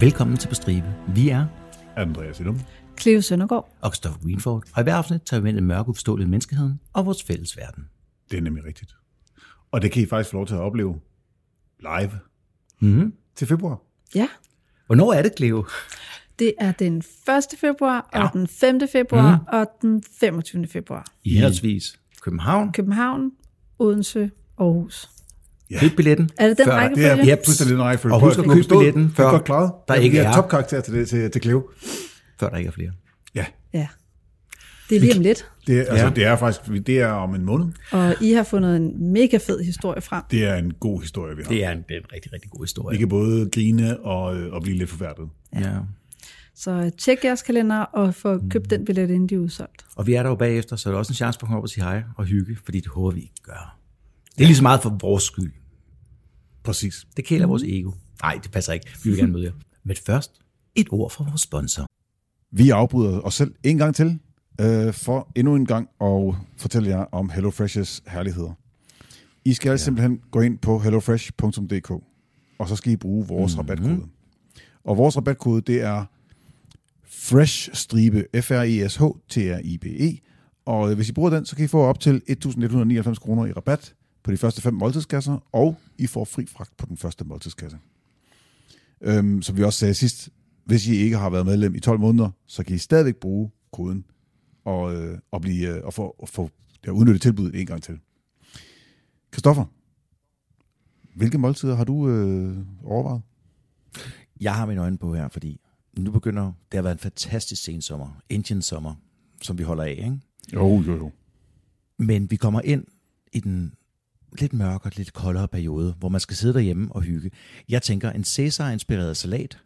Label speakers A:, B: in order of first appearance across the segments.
A: Velkommen til På Stribe. Vi er
B: Andreas Illum.
C: Cleo Søndergaard.
A: og Christoffer Greenford, og i hver afsnit tager vi ind i den mørke uforståelige menneskeheden og vores fælles verden.
B: Det er nemlig rigtigt. Og det kan I faktisk få lov til at opleve live mm-hmm.
A: Mhm.
B: til februar.
C: Ja,
A: Hvornår er det, Cleo?
C: det er den 1. februar, ja. og den 5. februar,
A: Mhm.
C: mm. og den 25. februar.
A: I henholdsvis København.
C: København, Odense, Aarhus.
A: Køb billetten.
C: Er det den
A: Før-
B: Det er
C: rækkefølge?
A: Ja.
B: yep. fuldstændig den rækkefølge.
A: Og
B: Prøv at
A: husk at
B: slå den
A: købe
B: på stål.
A: billetten
B: Du er
A: før-
B: Godt klaret.
A: der ikke
B: er
A: er-
B: topkarakter til, det, til, til Cleo.
A: Før der ikke er flere.
B: Ja,
C: ja. Det er lige om lidt,
B: det er, altså,
A: Ja.
B: det er faktisk det er om en måned.
C: og I har fundet en mega fed historie frem.
B: Det er en god historie, vi har.
A: Det er en, det er en rigtig, rigtig god historie.
B: Vi kan både grine og, øh, og blive lidt forfærdet.
A: Ja.
C: Så tjek jeres kalender og få
A: Mm.
C: købt den billet, inden de er udsolgt.
A: Og vi er der jo bagefter, så er der også en chance for at komme op og sige hej og hygge, fordi det håber vi ikke gør. Det er lige så meget for vores skyld.
B: Præcis.
A: Det
C: Mhm.
A: kæler vores ego. Nej, det passer ikke. Vi vil gerne møde jer. Men først, et ord fra vores sponsor.
B: Vi afbryder os selv en gang til, øh, for endnu en gang at fortælle jer om HelloFresh's herligheder. I skal ja. simpelthen gå ind på hellofresh.dk, og så skal I bruge vores mm-hmm. rabatkode. Og vores rabatkode, det er FRESH-stribe, E F-R-E-S-H-T-R-I-B-E, og øh, hvis I bruger den, så kan I få op til 1.199 kroner i rabat på de første fem måltidskasser, og I får fri fragt på den første måltidskasse. Øhm, som vi også sagde sidst, hvis I ikke har været medlem i 12 måneder, så kan I stadigvæk bruge koden og, øh, og, blive, øh, og få, og få ja, udnyttet tilbuddet en gang til. Kristoffer, hvilke måltider har du øh, overvejet?
A: Jeg har mine øjne på her, fordi nu begynder det at være en fantastisk sensommer. Indian sommer, som vi holder af, ikke?
B: Jo, jo, jo.
A: Men vi kommer ind i den lidt mørkere, lidt koldere periode, hvor man skal sidde derhjemme og hygge. Jeg tænker en Cæsar-inspireret salat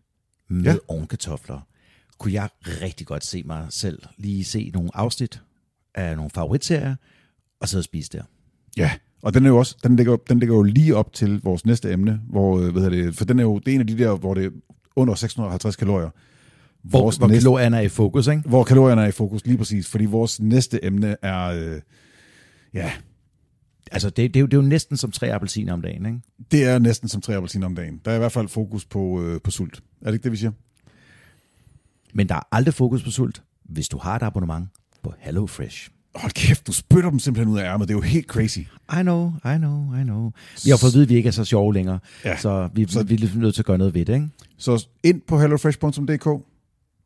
A: med ja.
B: Ja.
A: ovenkartofler. Kunne jeg rigtig godt se mig selv lige se nogle afsnit af nogle favoritserier, og sidde og spise der.
B: Ja, og den, er jo også, den, ligger, den ligger jo lige op til vores næste emne, hvor, øh, hvad hedder det, for den er jo det er en af de der, hvor det er under 650 kalorier.
A: Hvor, hvor kalorierne er i fokus, ikke?
B: hvor kalorierne er i fokus, lige præcis, fordi vores næste emne er, øh, ja,
A: Altså, det, det, er jo, det er jo næsten som tre appelsiner om dagen, ikke?
B: Det er næsten som tre appelsiner om dagen. Der er i hvert fald fokus på, øh, på sult. Er det ikke det, vi siger?
A: Men der er aldrig fokus på sult, hvis du har et abonnement på HelloFresh.
B: Hold kæft, du spytter dem simpelthen ud af ærmet. Det er jo helt crazy.
A: I know, I know, I know. Vi har fået at vide, at vi ikke er så sjove længere, ja.
B: Ja.
A: så vi, så... vi er lidt nødt til at gøre noget ved det, ikke?
B: Så ind på hellofresh.dk.
A: Mhm.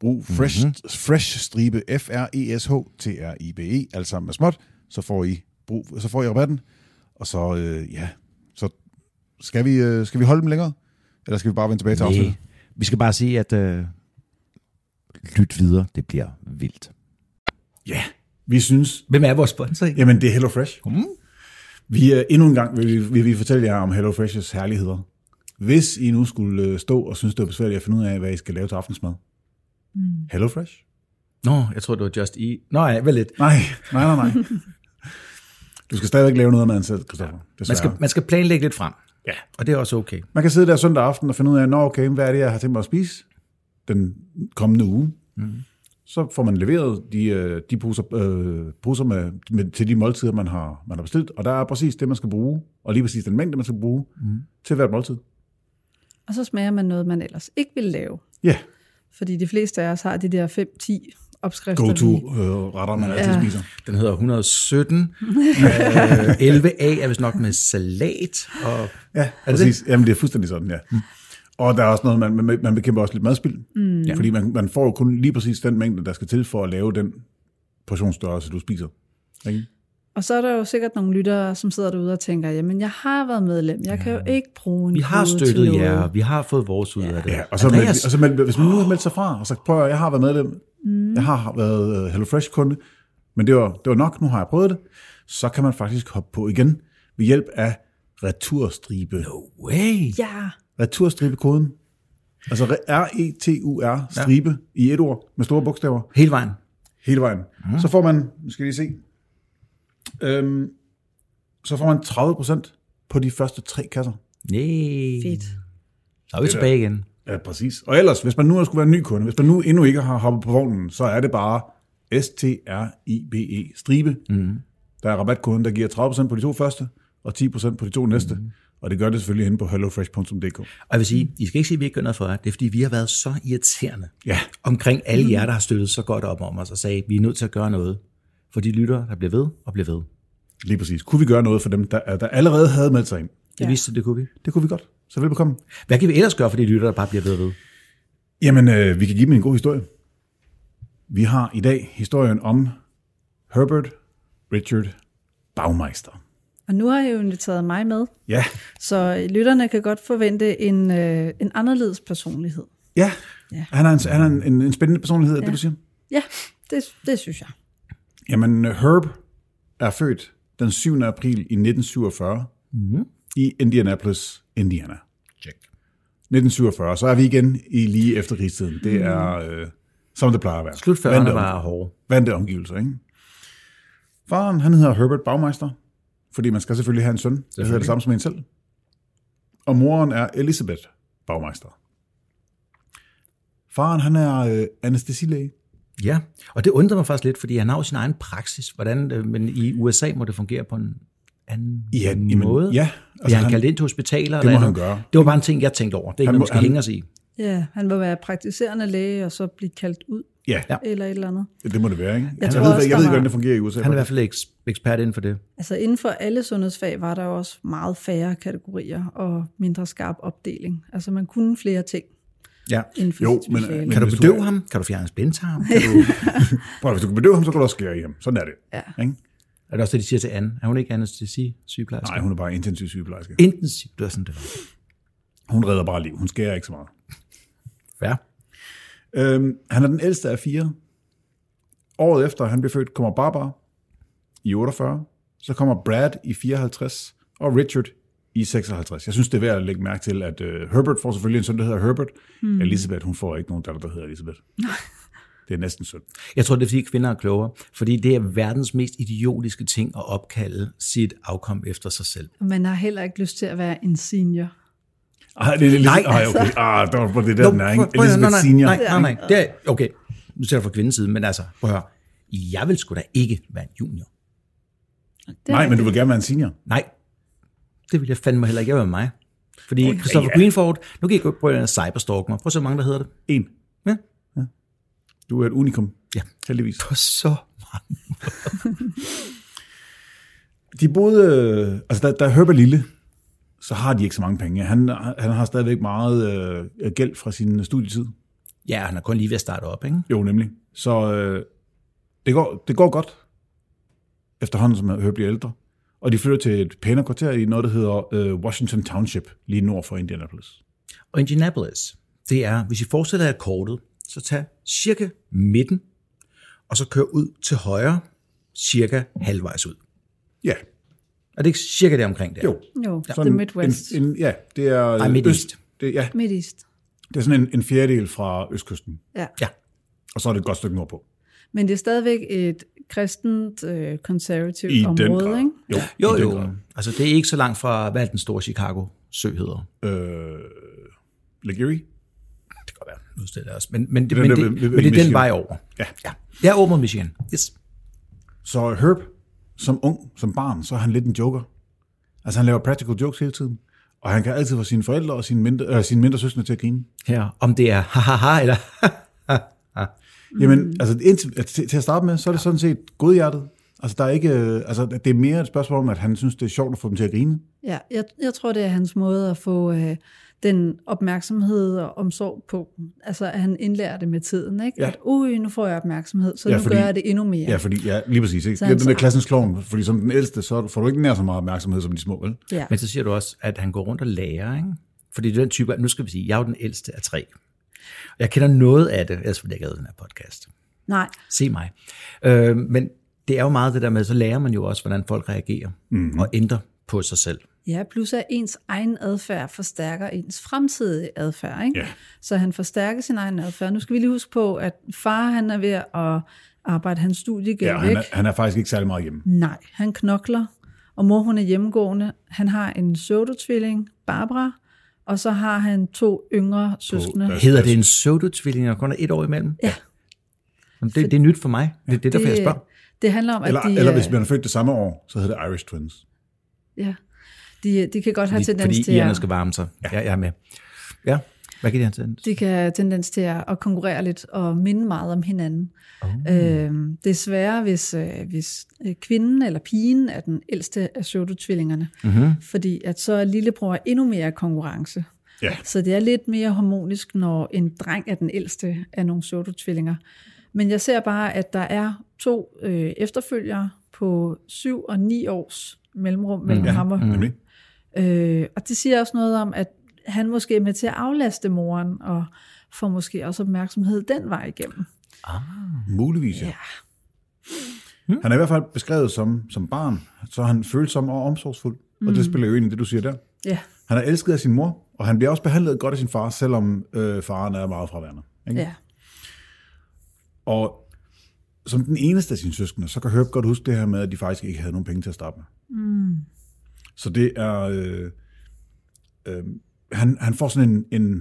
B: Brug fresh, mm-hmm. fresh stribe E F-R-E-S-H-T-R-I-B-E, E, alt sammen med småt. Så får I, brug, så får I rabatten. Og så, øh, ja, så skal vi, øh, skal vi holde dem længere? Eller skal vi bare vende tilbage til afsnittet?
A: Nej. Vi skal bare sige, at øh, lyt videre, det bliver vildt.
B: Ja, vi synes,
A: Hvem er vores sponsor? Ja.
B: Jamen, det er HelloFresh. Mm. Vi er endnu en gang, vil vi, vil vi fortælle jer om HelloFresh's herligheder. Hvis I nu skulle øh, stå og synes, det var besværligt at finde ud af, hvad I skal lave til aftensmad. Mm. HelloFresh?
A: Nå, jeg tror, det var Just E. Nå ja, vel lidt.
B: Nej, nej, nej, nej. du skal stadigvæk lave noget af maden selv, Christoffer. Ja.
A: Man skal, man skal planlægge lidt frem,
B: Ja.
A: og det er også okay.
B: man kan sidde der søndag aften og finde ud af, Nå, okay, hvad er det, jeg har tænkt mig at spise den kommende uge. Mm. Så får man leveret de, øh, de poser, øh, poser med, med, til de måltider, man har, man har bestilt. Og der er præcis det, man skal bruge, og lige præcis den mængde, man skal bruge mm. til hvert måltid.
C: Og så smager man noget, man ellers ikke ville lave.
B: Ja, yeah.
C: Fordi de fleste af os har de der 5-10 opskrifter. vi-
B: go-to-retter, øh, man altid
C: Ja.
B: spiser.
A: Den hedder 117. øh, 11A er vist nok med salat. Og,
B: Ja, præcis. Jamen, det Mm. er fuldstændig sådan, ja. Og der er også noget, man, man, man bekæmper også lidt madspild. Mm. Fordi man, man får jo kun lige præcis den mængde, der skal til for at lave den portionsstørrelse, du spiser. Ikke?
C: Og så er der jo sikkert nogle lyttere, som sidder derude og tænker, jamen jeg har været medlem, jeg kan jo ikke bruge en
A: vi har
C: kode til
A: støttet
C: noget."
A: jer, vi har fået vores ud af det.
B: Ja, og så, meld, og så meld, hvis man nu har meldt sig fra, og så prøver jeg har været medlem, mm. jeg har været øh, HelloFresh-kunde, men det var, det var nok, nu har jeg prøvet det, så kan man faktisk hoppe på igen ved hjælp af returstribe. No.
A: Way.
C: Ja,
B: Returstribe-koden. Altså re- R-E-T-U-R-stribe ja. i et ord med store bogstaver
A: Hele vejen.
B: hele vejen. Mm. Så får man, nu skal vi lige se, øhm, så får man 30% på de første tre kasser.
A: Nej.
C: fedt.
A: Så er vi tilbage igen.
B: Ja, præcis. Og ellers, hvis man nu skulle være en ny kunde, hvis man nu endnu ikke har hoppet på vognen, så er det bare E, Mhm. S-T-R-I-B-E, stribe. Mm. Der er rabatkoden, der giver 30% på de to første, og 10% på de to næste. Mm. Og det gør det selvfølgelig inde på hellofresh.dk.
A: Og jeg vil sige, I skal ikke sige, at vi ikke gør noget for jer. Det er, fordi vi har været så irriterende
B: Ja.
A: omkring
C: Mm.
A: alle jer, der har støttet så godt op om os og sagde, at vi er nødt til at gøre noget for de lyttere, der bliver ved og bliver ved.
B: Lige præcis. Kunne vi gøre noget for dem, der, der allerede havde meldt sig ind?
A: Det ja.
C: Ja.
A: viste sig, det kunne vi.
B: Det kunne vi godt. Så velbekomme.
A: Hvad kan vi ellers gøre for de lyttere, der bare bliver ved og ved?
B: Jamen, øh, vi kan give dem en god historie. Vi har i dag historien om Herbert Richard Baumeister.
C: Og nu har I jo inviteret mig med,
B: Ja,
C: så lytterne kan godt forvente en, øh, en anderledes personlighed.
B: ja.
C: Ja.
B: Han er en, han er en, en, en spændende personlighed, er det
C: Ja.
B: du siger?
C: Ja, det, det synes jeg.
B: Jamen, øh, Herb er født den 7. april i 1947 Mhm.
A: Mm-hmm.
B: i Indianapolis, Indiana.
A: Check.
B: 1947, så er vi igen i lige efter krigstiden. Det
C: Mhm.
B: er, øh, som det plejer at være.
A: Slut før
B: Vante
A: han
B: om-
A: var hårde.
B: vante omgivelser, ikke? Faren, han hedder Herbert Baumeister, fordi man skal selvfølgelig have en søn, der hedder det samme som en selv. Og moren er Elisabeth Baumeister. Faren, han er øh, anestesilæge.
A: Ja, og det undrer mig faktisk lidt, fordi han har jo sin egen praksis. Hvordan, øh, men i USA må det fungere på en anden måde.
B: ja.
A: Altså, han, han kaldt ind til hospitaler?
B: det må
A: eller
B: han
A: andet?
B: gøre.
A: Det var bare en ting, jeg tænkte over. Det er ikke
B: Han
A: noget,
B: må-
A: man skal
B: han-
A: hænge os i.
C: Ja, han må være praktiserende læge, og så blive kaldt ud,
B: Ja, ja,
C: eller et eller andet.
B: det må det være, ikke? Jeg,
C: tror
B: jeg ved,
C: også,
B: ikke- jeg
C: der
B: ved ikke,
C: var-
B: hvordan det fungerer i USA.
A: Han er i hvert fald eks- ekspert inden for det.
C: Altså inden for alle sundhedsfag var der jo også meget færre kategorier og mindre skarp opdeling. Altså man kunne flere ting
A: Ja.
C: inden for
B: Jo,
C: sit
B: men-
C: speciale.
B: men-
A: Kan du
B: hvis du-
A: bedøve ham? Kan du fjerne hans blindtarm? Kan du...
B: Prøv, hvis du kan bedøve ham, så kan du også skære i ham. Sådan er det.
C: Ja.
B: Ikke?
A: er det også det, de siger til Anne? Er hun ikke anestesi-sygeplejerske?
B: Nej, hun er bare intensiv sygeplejerske.
A: Intensiv, det var sådan, det var.
B: Hun redder bare liv. Hun skærer ikke så meget.
A: Fair.
B: Øhm, han er den ældste af fire. Året efter han blev født, kommer Barbara i 48. Så kommer Brad i 54, og Richard i 56. Jeg synes, det er værd at lægge mærke til, at øh, Herbert får selvfølgelig en søn, der hedder Herbert.
A: Hmm.
B: Mm. Elisabeth, hun får ikke nogen datter, der hedder Elisabeth. det er næsten synd.
A: Jeg tror, det er, fordi kvinder er klogere. Fordi det er verdens mest idiotiske ting at opkalde sit afkom efter sig selv.
C: Man har heller ikke lyst til at være en senior.
B: Ej, det er lidt
A: Nej,
B: Ej, okay.
A: altså.
B: Ah, der var det der, den er, ikke?
A: prøv- prøv at høre,
B: Elisabeth
A: nej,
B: Senior.
A: Nej, nej, nej. nej. Det er, okay, nu ser jeg fra kvindens side, men altså, prøv at høre. Jeg vil sgu da ikke være en junior.
C: Det er
B: Nej, men du
C: rigtigt.
B: vil gerne være en senior.
A: Nej, det vil jeg fandme heller ikke. Jeg vil være mig. Fordi okay, Christopher
B: ja.
A: ja. Greenford, nu kan I gå prøve at cyberstalk mig. Prøv at se, hvor mange der hedder det.
B: En.
A: Ja.
B: Du er et unikum.
A: Ja.
B: Heldigvis.
A: På så mange.
B: De boede, øh, altså da, da Herb er lille, så har de ikke så mange penge. Han, han har stadigvæk meget øh, gæld fra sin studietid.
A: Ja, han er kun lige ved at starte op, ikke?
B: Jo, nemlig. Så øh, det, går, det går godt, efterhånden som Herb bliver ældre. Og de flytter til et pænere kvarter i noget, der hedder øh, Washington Township, lige nord for Indianapolis.
A: Og Indianapolis, det er, hvis I fortsætter af kortet, så tag cirka midten, og så kør ud til højre, cirka halvvejs ud.
B: Ja,
A: Er det ikke cirka det omkring der?
B: jo.
C: Jo, ja,
B: Sådan
C: The Midwest.
B: En, en, ja, det er
A: Ej,
B: øh,
A: Mideast.
B: Det, ja,
C: Midt East.
B: det er sådan en, en fjerdedel fra østkysten.
C: Ja.
A: Ja.
B: Og så er det et godt stykke nordpå.
C: Men det er stadigvæk et kristent, øh, konservativt
B: I den
C: område,
B: grad.
C: ikke?
B: Jo,
A: Jo,
B: i den
A: jo. Altså, det er ikke så langt fra, hvad er den store Chicago-sø hedder.
B: grad. Øh, Lake Erie?
A: Det kan godt være, nu stiller jeg os. Men, men, det,
B: Den
A: men,
B: der
A: det,
B: ved- ved- ved
A: men det er
B: Michigan.
A: den vej over.
B: Ja.
A: ja. Jeg er over mod Michigan. Yes.
B: Så Herb, som ung, som barn, så er han lidt en joker. Altså han laver practical jokes hele tiden. Og han kan altid få sine forældre og sine mindre, øh, sine mindre søskende til at grine.
C: Mm.
A: Her, om det er ha-ha-ha, eller
B: Mm. Jamen, altså indtil, at, til, til at starte med, så er det sådan set godhjertet. Altså, der er ikke, øh, altså, det er mere et spørgsmål om, at han synes, det er sjovt at få dem til at grine.
C: Ja, jeg, jeg tror, det er hans måde at få øh, den opmærksomhed og omsorg på. Altså, at han indlærer det med tiden, ikke?
B: Ja.
C: Ja. At, ui, nu får jeg opmærksomhed, så
B: Ja,
C: ja, nu
B: fordi-
C: fordi, gør jeg det endnu mere.
B: Ja, fordi, ja, lige præcis. Ikke?
C: Så
B: Det er
C: han
B: den der
C: så-
B: klassens klovn, fordi som den ældste, så får du ikke nær så meget opmærksomhed som de små, vel?
C: ja.
A: Men så siger du også, at han går rundt og lærer, ikke? Fordi det er den type, nu skal vi sige, jeg er jo den ældste af tre. Og jeg kender noget af det, ellers ville jeg ikke have lavet den her podcast.
C: Nej,
A: Se mig. Øh, men det er jo meget det der med, så lærer man jo også, hvordan folk reagerer mm. og ændrer på sig selv.
C: ja, plus at ens egen adfærd forstærker ens fremtidige adfærd, ikke?
B: Ja.
C: Så han forstærker sin egen adfærd. Nu skal vi lige huske på, at far han er ved at arbejde hans studiegæld
B: Ja, og
C: væk.
B: han er, han er faktisk ikke særlig meget hjemme.
C: Nej, han knokler, og mor hun er hjemmegående. Han har en pseudotvilling, Barbara, og så har han to yngre søskende.
B: der-
A: Hedder det en pseudotvilling, når der kun er et år imellem?
C: Ja.
A: Jamen, det, det er nyt for mig. Det er det, derfor jeg spørger.
C: det handler om,
B: Eller,
C: at de...
B: eller
C: øh,
B: hvis man er født det samme år, så hedder det Irish Twins.
C: ja. De, øh, de kan godt have
A: Fordi,
C: tendens
A: fordi
C: til
A: irerne
C: at,
A: skal varme sig. Ja. ja, jeg er med. Ja, hvad kan de have tendens?
C: de kan have tendens til at, at konkurrere lidt og minde meget om hinanden. Oh. Øh, desværre, hvis, øh, hvis øh, kvinden eller pigen er den ældste af pseudotvillingerne,
A: Mhm.
C: mm-hmm. fordi at så er lillebror endnu mere konkurrence.
B: Ja.
C: Så det er lidt mere harmonisk, når en dreng er den ældste af nogle pseudotvillinger. Men jeg ser bare, at der er to øh, efterfølgere på syv og ni års mellemrum mellem
B: Ja, Mm.
C: ham og hende.
B: nemlig.
C: Øh, og det siger også noget om, at han måske er med til at aflaste moren, og får måske også opmærksomhed den vej igennem. Mm.
B: Muligvis, ja.
C: Ja.
B: Han er i hvert fald beskrevet som, som barn, så er han følsom og omsorgsfuld, mm. og det spiller jo ind i det, du siger der.
C: Ja,
B: Han er elsket af sin mor, og han bliver også behandlet godt af sin far, selvom øh, faren er meget fraværende. Ikke?
C: ja.
B: Og som den eneste af sine søskende, så kan Herb godt huske det her med, at de faktisk ikke havde nogen penge til at starte med. Mm. Så det er... Øh, øh, han, han får sådan en, en, en,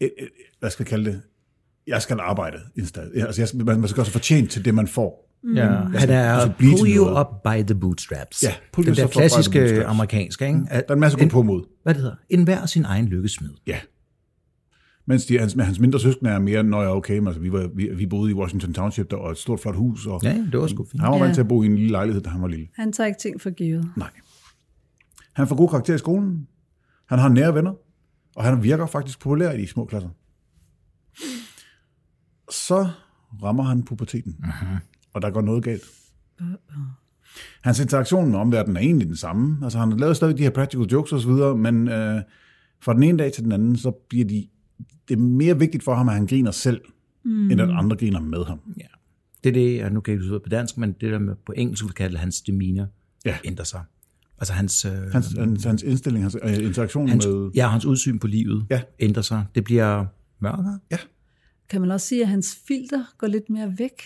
B: en... Hvad skal jeg kalde det? Jeg skal arbejde instad. Altså, jeg, skal- man, man skal også fortjent til det, man får.
A: Ja, han
B: altså,
A: er
B: blive til
A: pull you
B: noget.
A: up by the bootstraps.
B: Ja, pull
A: Den Mm. der
B: yourself up by the
A: klassiske
B: bootstraps.
A: amerikanske, ikke?
B: Der er en masse god påmod.
A: Hvad det hedder? En hver sin egen lykkesmed.
B: Ja. Mens de, hans, men hans mindre søskende er mere, når jeg okay, men altså, vi, var, vi, vi boede i Washington Township, der var et stort, flot hus, og
A: Ja, det var sgu fint.
B: han var vant
C: Ja.
B: til at bo i en lille lejlighed, da han var lille.
C: Han tager ikke ting for givet.
B: Nej. Han får god karakter i skolen, han har nære venner, og han virker faktisk populær i de små klasser. Så rammer han puberteten, og der går noget galt. Hans interaktion med omverdenen er egentlig den samme. Altså, han har lavet stadig de her practical jokes osv., men øh, fra den ene dag til den anden, så bliver de, det er mere vigtigt for ham, at han griner selv, mm. end at andre griner med ham.
A: Ja. Det er det, og nu kan jeg ikke huske det på dansk, men det der med, på engelsk vil kalde hans demeanor
B: Ja.
A: ændrer sig. Altså hans, øh,
B: Hans, hans, hans indstilling, hans øh, interaktion
A: hans,
B: med...
A: ja, hans udsyn på livet
B: Ja.
A: ændrer sig. Det bliver mørkere.
B: Ja.
C: Kan man også sige, at hans filter går lidt mere væk?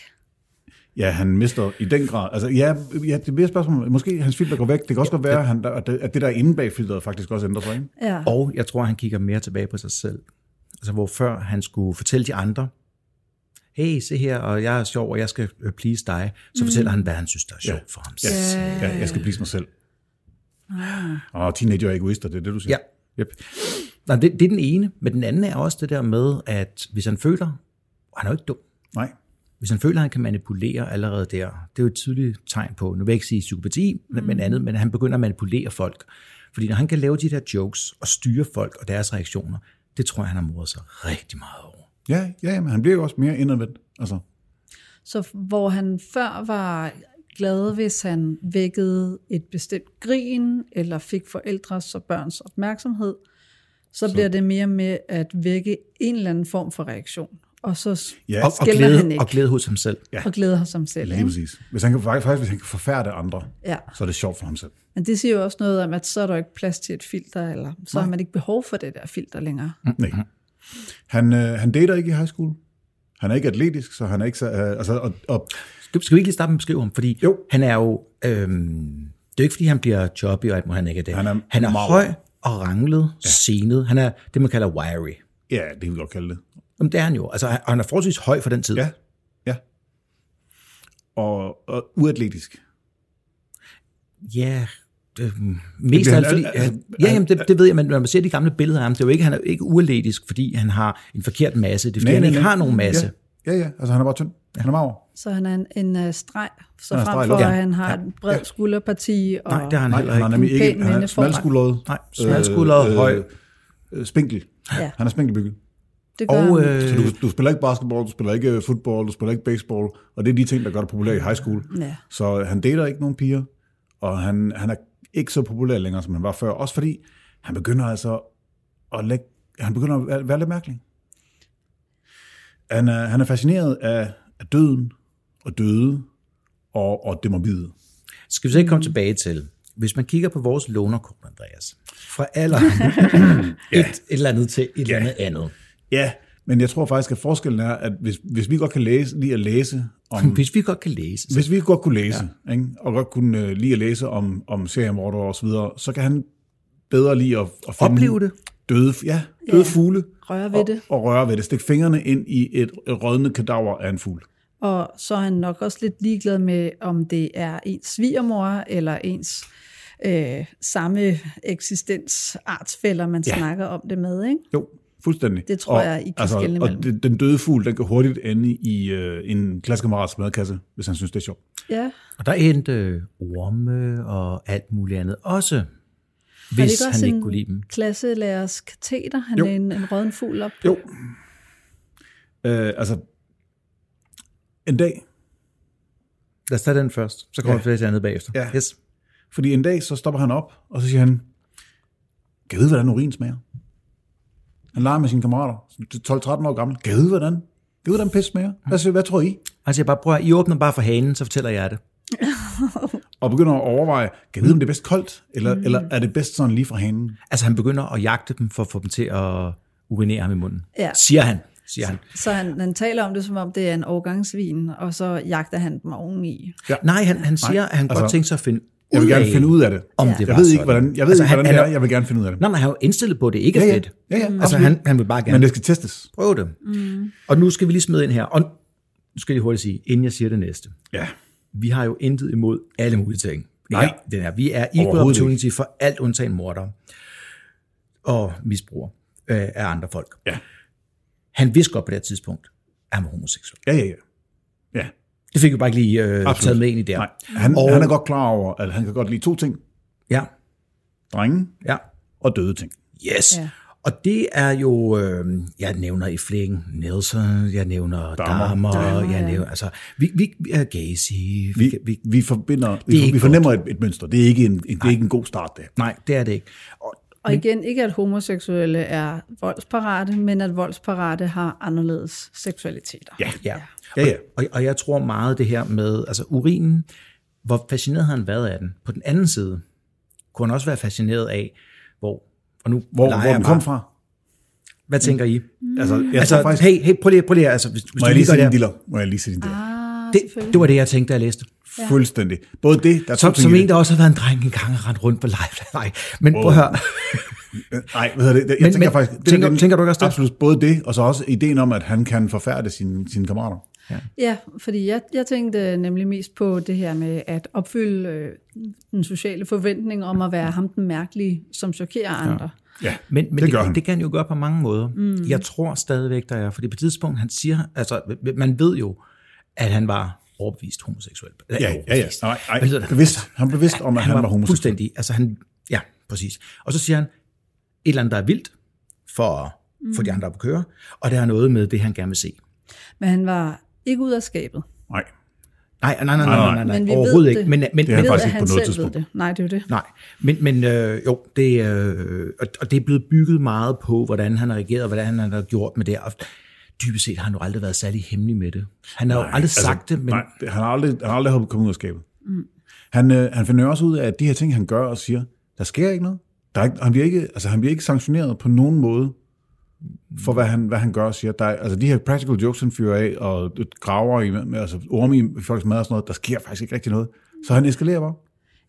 B: Ja, han mister i den grad. Altså, ja, ja det er mere et spørgsmål. Måske hans filter går væk. Det kan også godt være, at han, der- at det- at det, der er inde bag filteret, faktisk også ændrer sig. Ikke?
C: Ja.
A: Og jeg tror, han kigger mere tilbage på sig selv. Altså hvor før han skulle fortælle de andre, hey, se her, og jeg er sjov, og jeg skal øh, please dig, så mm. fortæller han, hvad han synes, der er sjovt for ham.
B: Ja, ja, jeg skal blive mig selv. Og teenager er egoister, det er det, du siger.
A: Ja. Yep. Nej, det, det er den ene, men den anden er også det der med, at hvis han føler, og han er jo ikke dum,
B: Nej.
A: hvis han føler, at han kan manipulere allerede der, det er jo et tydeligt tegn på, nu vil jeg ikke sige psykopati, mm. men andet, men han begynder at manipulere folk. Fordi når han kan lave de der jokes og styre folk og deres reaktioner, det tror jeg, han har moret sig rigtig meget over.
B: Ja, ja, ja, men han bliver jo også mere indadvendt. Altså,
C: Så hvor han før var glad, hvis han vækkede et bestemt grin, eller fik forældres og børns opmærksomhed, så, så. bliver det mere med at vække en eller anden form for reaktion. Og så
B: Ja,
C: ja,
A: Og, og,
C: skælder han
A: glæde,
C: ikke,
A: og
C: og,
A: glæde hos ham selv.
C: ja. og glæder sig selv.
B: lige
C: Ikke?
B: præcis. Hvis han kan, faktisk, hvis han kan forfærde andre,
C: Ja. Mm-hmm.
B: så er det sjovt for ham selv.
C: Men det siger jo også noget om, at så er der ikke plads til et filter, eller så har man ikke behov for det der filter længere.
B: Nej. Han, øh, han dater ikke i high school. Han er ikke atletisk, så han er ikke så... Øh, altså, og, og,
A: Skal, skal vi ikke lige starte med at beskrive ham? Fordi
B: Jo.
A: han er jo... Øhm, det er jo ikke, fordi han bliver choppy og alt muligt, han ikke er det.
B: Han er
A: han er
B: meget-
A: høj og ranglet, ja. senet. Han er det, man kalder wiry.
B: ja, det kan vi godt kalde det.
A: Jamen, det er han jo. Altså, han, og han er forholdsvis høj for den tid.
B: Ja, ja. Og, og uatletisk.
A: Ja, det, mm, mest af
B: han-
A: alt, fordi,
B: altså,
A: altså, ja, jamen, det, det ved jeg, men når man ser de gamle billeder af ham, det er jo ikke, han er jo ikke uatletisk, fordi han har en forkert masse. Det er, fordi nej, han ikke har nogen masse. Ja.
B: Ja, ja, ja. altså han er bare tynd. Ja. Han er mager.
C: Så han er en, en øh, streg, så
B: Han er
C: han
B: en streg i
C: frem for,
B: luften.
C: at han har en bred skulderparti. Og,
A: Nej, det har han
B: Nej,
A: heller
B: han
A: ikke.
B: er nemlig
C: En
B: ikke.
C: pæn
B: Han er
C: mandeform.
B: smalskuldret.
A: Nej, smalskuldret, høj.
B: øh, Spinkel.
C: Ja.
B: Han er spinkelbygget.
C: det gør
A: Og,
C: han.
B: Så
A: øh,
B: du, du spiller ikke basketball, du spiller ikke øh, football, du spiller ikke baseball, og det er de ting, der gør dig populær i high school.
C: Ja.
B: Så han dater ikke nogen piger, og han, han er ikke så populær længere, som han var før. Også fordi han begynder altså at, lægge, han begynder at være- være lidt mærkelig. Han er, han er fascineret af, af døden og døde og, og det morbide.
A: skal vi så ikke komme tilbage til, hvis man kigger på vores lånerkort, Andreas, fra alder et, et eller andet til et eller andet andet.
B: Ja, men jeg tror faktisk, at forskellen er, at hvis, hvis vi godt kan læse, lide at læse om...
A: Hvis vi godt kan læse, så
B: hvis vi godt kunne læse, ja. ikke? og godt kunne øh, lide at læse om, om seriemordere og så videre, så kan han bedre lide at, at finde
A: opleve det.
B: døde, ja, døde
C: Ja.
B: fugle
C: Røre ved
B: og,
C: det.
B: og røre ved det. Stik fingrene ind i et rødne kadaver af en fugl.
C: Og så er han nok også lidt ligeglad med, om det er ens svigermor eller ens øh, samme eksistensartsfælder, man ja.
B: Ja.
C: snakker om det med. Ikke?
B: Jo, fuldstændig.
C: Det tror jeg, I kan skelne
B: Og
C: mellem.
B: den, den døde fugl, den kan hurtigt ende i øh, en klassekammerats madkasse, hvis han synes, det er sjovt.
C: Ja.
A: Og der endte orme og alt muligt andet også,
C: Var
A: hvis
C: det
A: han ikke
C: en
A: kunne lide dem.
C: klasselærers kateter, han
B: Jo.
C: er en, en rødden fugl op på?
B: Jo. Øh, altså, en dag,
A: Lad os tage den først, så kommer
B: Ja.
A: ja. vi til det andet bagefter.
B: Ja.
A: Yes.
B: fordi en dag, så stopper han op, og så siger han, kan jeg vide, hvordan urin smager? Han leger med sine kammerater, sådan 12-13 år gammel. Kan jeg vide, hvordan? Kan jeg vide, hvordan pis smager? Hvad, hvad tror I?
A: Altså jeg bare prøver, I åbner bare for hanen, så fortæller jeg det.
B: Og begynder at overveje, kan jeg vide, om det er bedst koldt, eller, mm. eller er det bedst sådan lige fra hanen?
A: Altså han begynder at jagte dem for at få dem til at urinere ham i munden.
C: Ja.
A: Siger han, siger han.
C: Så han, han taler om det, som om det er en årgangsvin, og så jagter han dem oveni.
A: Ja. Nej, han, han siger, at han
B: altså,
A: godt tænker sig at finde ud
B: Jeg vil gerne finde ud af det.
A: om
C: Ja.
A: det
B: Jeg
A: var
B: ved ikke,
A: sådan.
B: hvordan, jeg ved altså,
A: Altså,
B: ikke, hvordan
A: han,
B: det
A: han,
B: er. Jeg vil gerne finde ud af det.
A: Nå, men han er jo indstillet på, at det ikke er
B: Ja, ja.
A: fedt.
B: Ja, ja,
A: Altså,
B: absolut.
A: han, han vil bare gerne
B: Men det skal testes.
A: prøve det. Mm. Og nu skal vi lige smide ind her. Og nu skal jeg lige hurtigt sige, inden jeg siger det næste.
B: Ja.
A: Vi har jo intet imod alle mulige ting.
B: Nej.
A: Ja, den er. Vi er equal
B: Overhovedet
A: opportunity ikke. for alt undtagen morder og misbruger øh, af andre folk.
B: Ja.
A: Han vidste godt på det her tidspunkt, at han var homoseksuel.
B: Ja, ja, ja. Ja,
A: Det fik vi bare ikke lige øh,
B: absolut.
A: taget med ind i der.
B: Nej, han, og...
A: Og-
B: han er godt klar over, at han kan godt lide to ting.
A: Ja,
B: Drenge
A: ja.
B: og døde ting.
A: Yes.
C: Ja.
A: Ja. Og det er jo, øh, jeg nævner i flæng Nelson, jeg nævner
B: Dahmer.
A: Dahmer, Dahmer
C: Dahmer, ja.
A: jeg nævner, altså, vi, vi, vi er Gacy, vi,
B: Vi,
A: vi,
B: vi, vi forbinder, vi,
A: er
B: for, vi
A: ikke
B: fornemmer et, et, mønster. Det er ikke en, en, det er ikke en god start, det.
A: nej, det er det ikke. Og,
C: Og igen, ikke at homoseksuelle er voldsparate, men at voldsparate har anderledes seksualiteter.
B: Ja,
A: ja.
B: ja. ja.
A: Og, og jeg tror meget det her med, altså urinen, hvor fascineret har han været af den? På den anden side, kunne han også være fascineret af, hvor, og nu
B: Hvor,
A: leger
B: hvor
A: jeg
B: den
A: bare.
B: kom fra.
A: Hvad tænker I?
B: Altså, jeg
A: Altså,
B: tror faktisk...
A: hey, hey, prøv lige, prøv lige, altså, hvis, hvis
B: Må
A: du
B: jeg
A: lige
B: lige
A: gør
B: se
A: det,
B: din
A: her-
B: diller? Må jeg lige se din diller?
C: Ah,
A: det, det var det, jeg tænkte, da jeg læste.
B: Fuldstændig. Både det, der er to
A: Som,
B: ting
A: som
B: i
A: en,
B: det.
A: der også har været en dreng engang og rendt rundt på live. Nej, men prøv at høre.
B: Nej, hvad hedder det? Jeg
A: Men-
B: tænker
A: men
B: faktisk...
A: tænker-
B: den-
A: tænker du ikke også det?
B: Absolut. Både det, og så også ideen om, at han kan forfærde sine, sine kammerater.
C: Ja, fordi jeg, jeg tænkte nemlig mest på det her med at opfylde øh, den sociale forventning om at være ham den mærkelige, som chokerer andre.
B: Ja,
A: Men, men
B: det gør
A: det,
B: han.
A: det kan han jo gøre på mange måder. Mm. Jeg tror stadigvæk, der er, fordi på et tidspunkt, han siger, altså, man ved jo, at han var overbevist homoseksuel. Eller
B: Ja, ja, ja.
A: overbevist.
B: Nej, nej.
A: Hvad hedder det? Altså,
B: Bevidst. Han var bevidst om, at han, var homoseksuel.
A: Fuldstændig. Altså han, ja, præcis. Og så siger han, et eller andet, der er vildt, for at få
C: Mm.
A: de andre op at køre, og der er noget med det, han gerne vil se.
C: Men han var ikke ud af skabet.
B: Nej.
A: Nej, nej, nej, nej,
B: nej.
A: nej, nej, nej.
C: Men vi ved
A: overhovedet
C: det.
A: ikke. Men, men,
B: Det er han
C: Ved,
B: faktisk
C: at
B: ikke på
C: han
B: noget
C: selv
B: tidspunkt.
C: ved det. Nej, det er jo det.
A: Nej, men, men øh, jo, det, øh, og- og det er blevet bygget meget på, hvordan han har reageret, og hvordan han har gjort med det. Og dybest set har han jo aldrig været særlig hemmelig med det. Han har jo aldrig sagt det, men
B: Altså, Nej, det- han har aldrig, han har aldrig kommet ud af skabet. Mm. Han, øh, han finder jo også ud af, at de her ting, han gør og siger, der sker ikke noget. Der er ikke, han, bliver ikke, altså, han bliver ikke sanktioneret på nogen måde for, hvad han, hvad han gør og siger. Der er, altså, de her practical jokes, han fyrer af, og graver i, med, altså, orme i folks mad og sådan noget, der sker faktisk ikke rigtig noget. Så han eskalerer bare.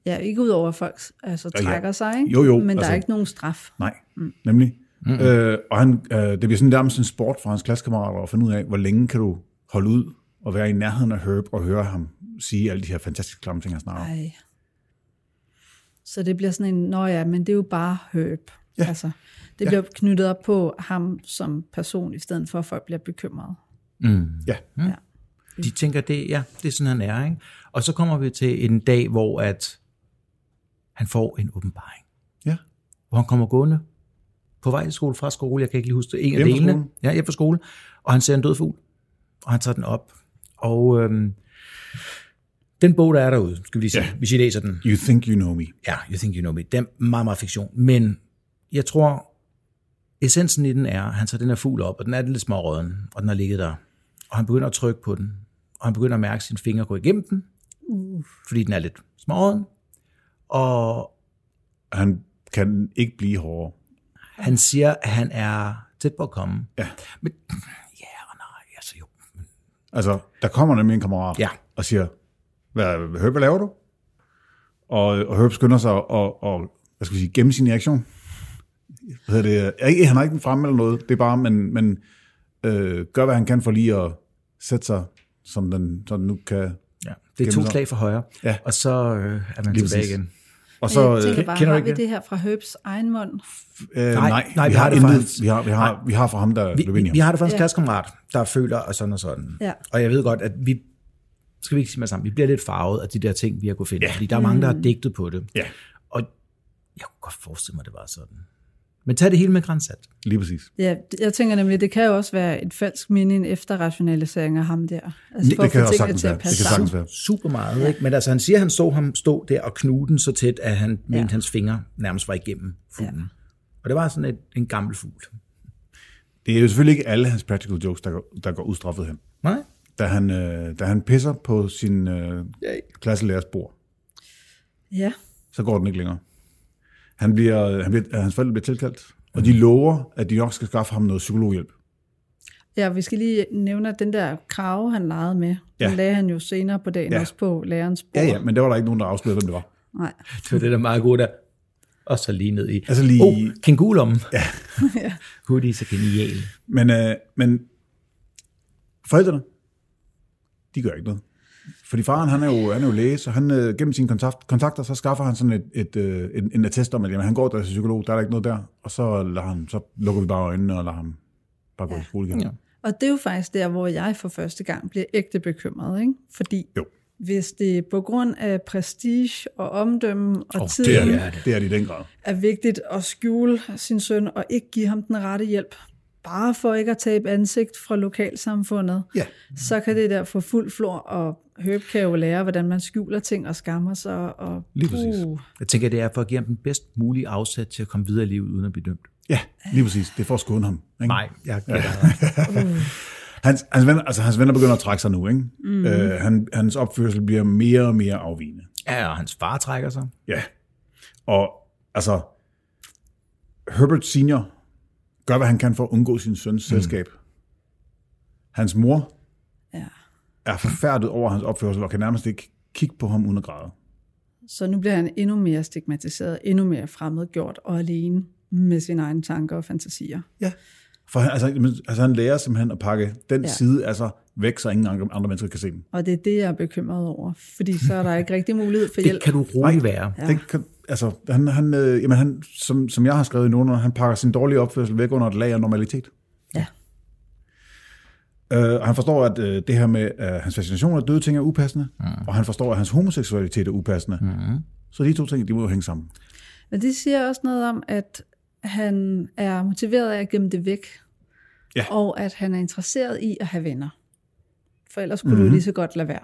C: Ja, ikke ud over at folk altså,
B: ja.
C: trækker sig, ikke?
B: Jo, jo,
C: men der
B: altså-
C: er ikke nogen straf.
B: Nej, mm. nemlig. Mm. Øh, og han, øh, det bliver sådan nærmest en sport for hans klassekammerater at finde ud af, hvor længe kan du holde ud og være i nærheden af Herb og høre ham sige alle de her fantastiske klamme ting, han snakker om.
C: Ej. Så det bliver sådan en, nå ja, men det er jo bare Herb. Ja. Altså, det bliver knyttet op på ham som person, i stedet for at folk bliver bekymrede.
B: Ja.
C: Ja.
A: de tænker, det, ja, det er sådan, han er. Ikke? Og så kommer vi til en dag, hvor at han får en åbenbaring.
B: Ja.
A: Hvor han kommer gående på vej til skole, fra skole, jeg kan ikke lige huske det, en af
B: Hjem fra
A: delene.
B: skole.
A: Ja, hjem fra skole. Og han ser en død fugl, og han tager den op. Og øhm, den bog, der er derude, skal vi lige se, ja. hvis I læser den,
B: You think you know me.
A: ja, You Think You Know Me, den er meget, meget fiktion. Men jeg tror, essensen i den er, at han tager den her fugl op, og den er lidt smårøden, og den har ligget der. Og han begynder at trykke på den, og han begynder at mærke at sine fingre gå igennem den, fordi den er lidt smårøden. Og
B: Han kan ikke blive hårdere.
A: han siger, at han er tæt på at komme. Ja. Men ja og nej, altså jo.
B: Altså, der kommer nemlig en kammerat
A: Ja.
B: og siger, hvad, Herb, hvad laver du? Og, og Herb skynder sig og, og hvad skal vi sige, gemme sin reaktion. Hvad hedder det? Ikke, han har ikke den fremme eller noget. Det er bare, men, men øh, gør, hvad han kan for lige at sætte sig, som den, som den nu kan.
A: Ja. Det er
B: Gennem
A: to
B: sig.
A: slag for højre,
B: Ja.
A: og så øh, er man
B: Lige
A: tilbage
B: præcis.
A: igen.
B: Og
C: Så, jeg
B: så,
C: tænker
B: øh,
C: bare,
A: kender du
C: har vi
A: ikke-
C: det her fra Herbs egen mund?
B: øh,
A: Nej,
B: nej,
A: nej,
B: vi,
A: vi
B: har,
A: har det
B: intet,
A: faktisk-
B: vi har, vi har, vi har fra ham, der
A: Vi,
B: løb ind i
A: vi,
B: ham.
A: vi har det faktisk
C: Ja.
A: en klassekammerat, der føler og sådan og sådan.
C: Ja.
A: Og jeg ved godt, at vi, skal vi ikke sige mig sammen, vi bliver lidt farvet af de der ting, vi har kunnet finde. Ja. Fordi der er mange, der
C: Mm.
A: har digtet på det.
B: Ja.
A: Og jeg kunne godt forestille mig, at det var sådan. Men tag det hele med grænsat.
B: Lige præcis.
C: Ja, jeg tænker nemlig, det kan jo også være et falsk minde, en efterrationalisering af ham der. Altså
B: Det,
C: for
B: det
C: at få
B: kan også
C: tingene
B: sagtens
C: til at
B: være. Det
C: passe
B: kan
C: sammen.
B: sagtens være.
A: Super meget, ikke? Men altså, han siger, at han så ham stå der og knude den så tæt, at han ja. mente, hans fingre nærmest var igennem fuglen. Ja. Og det var sådan et, en gammel fugl.
B: Det er jo selvfølgelig ikke alle hans practical jokes, der går, der går ustraffet hen.
A: Nej?
B: Da han, øh, da han pisser på sin øh, klasselærers bord,
C: Ja,
B: så går den ikke længere. Han bliver, han bliver, hans forældre bliver tilkaldt, og de lover, at de nok skal skaffe ham noget psykologhjælp.
C: ja, vi skal lige nævne, at den der krave, han legede med, ja.
B: Ja.
C: den lagde han jo senere på dagen
B: Ja.
C: ja. også på lærerens bord.
B: Ja, ja, men der var der ikke nogen, der afslørede, hvem det var.
C: Nej.
A: Det var det, der er meget godt der. Og så lige ned i.
B: Altså lige-
A: Oh, kængulum. Ja. Hoodie er så genial.
B: Men, øh, men forældrene, de gør ikke noget. Fordi faren, han er jo, han er jo læge, så han, øh, gennem sine kontakt, kontakter, så skaffer han sådan et, et, øh, en, en attest om, at jamen, han går der til psykolog, der er der ikke noget der. Og så, lader han, så lukker vi bare øjnene og lader ham bare gå ja. i skole igen. Ja.
A: Ja.
C: Og det er jo faktisk der, hvor jeg for første gang bliver ægte bekymret, ikke? Fordi
B: Jo.
C: hvis det er på grund af prestige og omdømme og oh, tid,
B: Det er
A: Ja,
B: det.
A: det er det.
B: Det er det i den grad.
C: er vigtigt at skjule sin søn og ikke give ham den rette hjælp, bare for ikke at tabe ansigt fra lokalsamfundet,
B: Ja.
C: så kan det der få fuld flor, og Herb kan jo lære, hvordan man skjuler ting og skammer sig. Og,
B: Lige præcis.
C: Uh,
A: Jeg tænker, det er for at give ham den bedst mulige afsæt til at komme videre i livet, uden at blive dømt.
B: Ja, lige præcis. Det er for at skåne ham. Ikke?
A: Nej, jeg ja.
B: Hans, hans, venner, altså, hans venner begynder at trække sig nu. Ikke?
A: Mm-hmm.
B: Mm. Øh, han, hans opførsel bliver mere og mere afvigende.
A: ja, og hans far trækker sig.
B: Ja. Og altså, Herbert Senior gør, hvad han kan for at undgå sin søns mm. selskab. Hans mor
C: ja.
B: er forfærdet over hans opførsel og kan nærmest ikke kigge på ham uden at græde.
C: Så nu bliver han endnu mere stigmatiseret, endnu mere fremmedgjort og alene med sine egne tanker og fantasier.
B: Ja. For han, altså, men- altså, han lærer simpelthen at pakke den ja.
C: Ja.
B: side altså væk, så ingen andre, andre mennesker kan se dem.
C: Og det er det, jeg er bekymret over, fordi så er der ikke rigtig mulighed for hjælp.
A: Det kan du roligt være.
B: Ja. Det kan, altså, han, han, øh, jamen, han, som, som jeg har skrevet i nogen, han pakker sin dårlige opførsel væk under et lag af normalitet.
C: Ja.
B: Øh, og han forstår, at øh, det her med øh, hans fascination af døde ting er upassende, mm. og han forstår, at hans homoseksualitet er upassende. Mm. Så de to ting, de må jo hænge sammen.
C: Men det siger også noget om, at han er motiveret af at gemme det væk,
B: Ja.
C: og at han er interesseret i at have venner. For ellers kunne mm-hmm. du lige så godt lade være.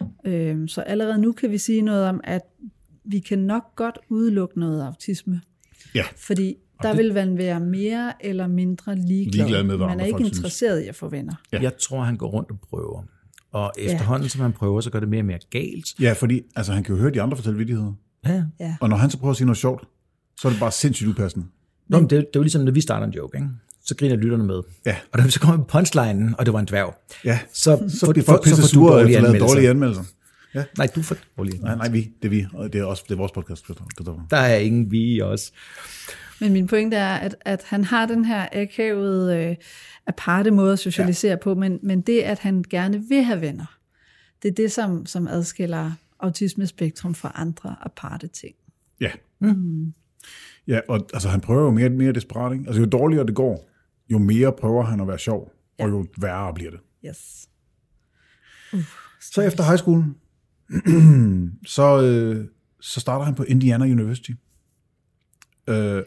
B: Mhm. Ja.
C: Øhm, så allerede nu kan vi sige noget om, at vi kan nok godt udelukke noget autisme,
B: Ja,
C: fordi og der
B: det-
C: det... vil man være mere eller mindre ligeglad.
B: Ligeglad med, hvad
C: man
B: andre
C: er ikke
B: folk synes.
C: interesseret i at få venner.
B: Ja.
A: Ja. Jeg tror, han går rundt og prøver. Og efterhånden, som han prøver, så gør det mere og mere galt.
B: ja fordi altså, han kan jo høre de andre fortælle vittigheder.
A: Ja.
C: Ja.
B: Og når han så prøver at sige noget sjovt, så er det bare sindssygt upassende.
A: Nå, men det, er jo- det er jo ligesom, når vi starter en joke, ikke? så griner lytterne med.
B: Ja.
A: Og da vi så kommer i punchlinen, og det var en dværg,
B: Ja.
A: så,
B: Så bliver folk pisse sure og efterlader dårlige anmeldelser.
A: Nej, du får dårlige
B: Nej,
A: anmeldelser.
B: nej, vi. Det er vi. Og det er, også, det er vores podcast, Christoffer.
A: Der er ingen vi i os.
C: Men min pointe er, at, at han har den her akavede, øh, aparte måde at socialisere ja. på, men, men det, at han gerne vil have venner, det er det, som, som adskiller autismespektrum fra andre aparte ting.
B: Ja. Mm. Ja, og altså, han prøver jo mere og mere desperat. Ikke? Altså, jo dårligere det går, jo mere prøver han at være sjov, ja. og jo værre bliver det.
C: Yes.
B: Så efter high school, så, øh, så starter han på Indiana University. Øh,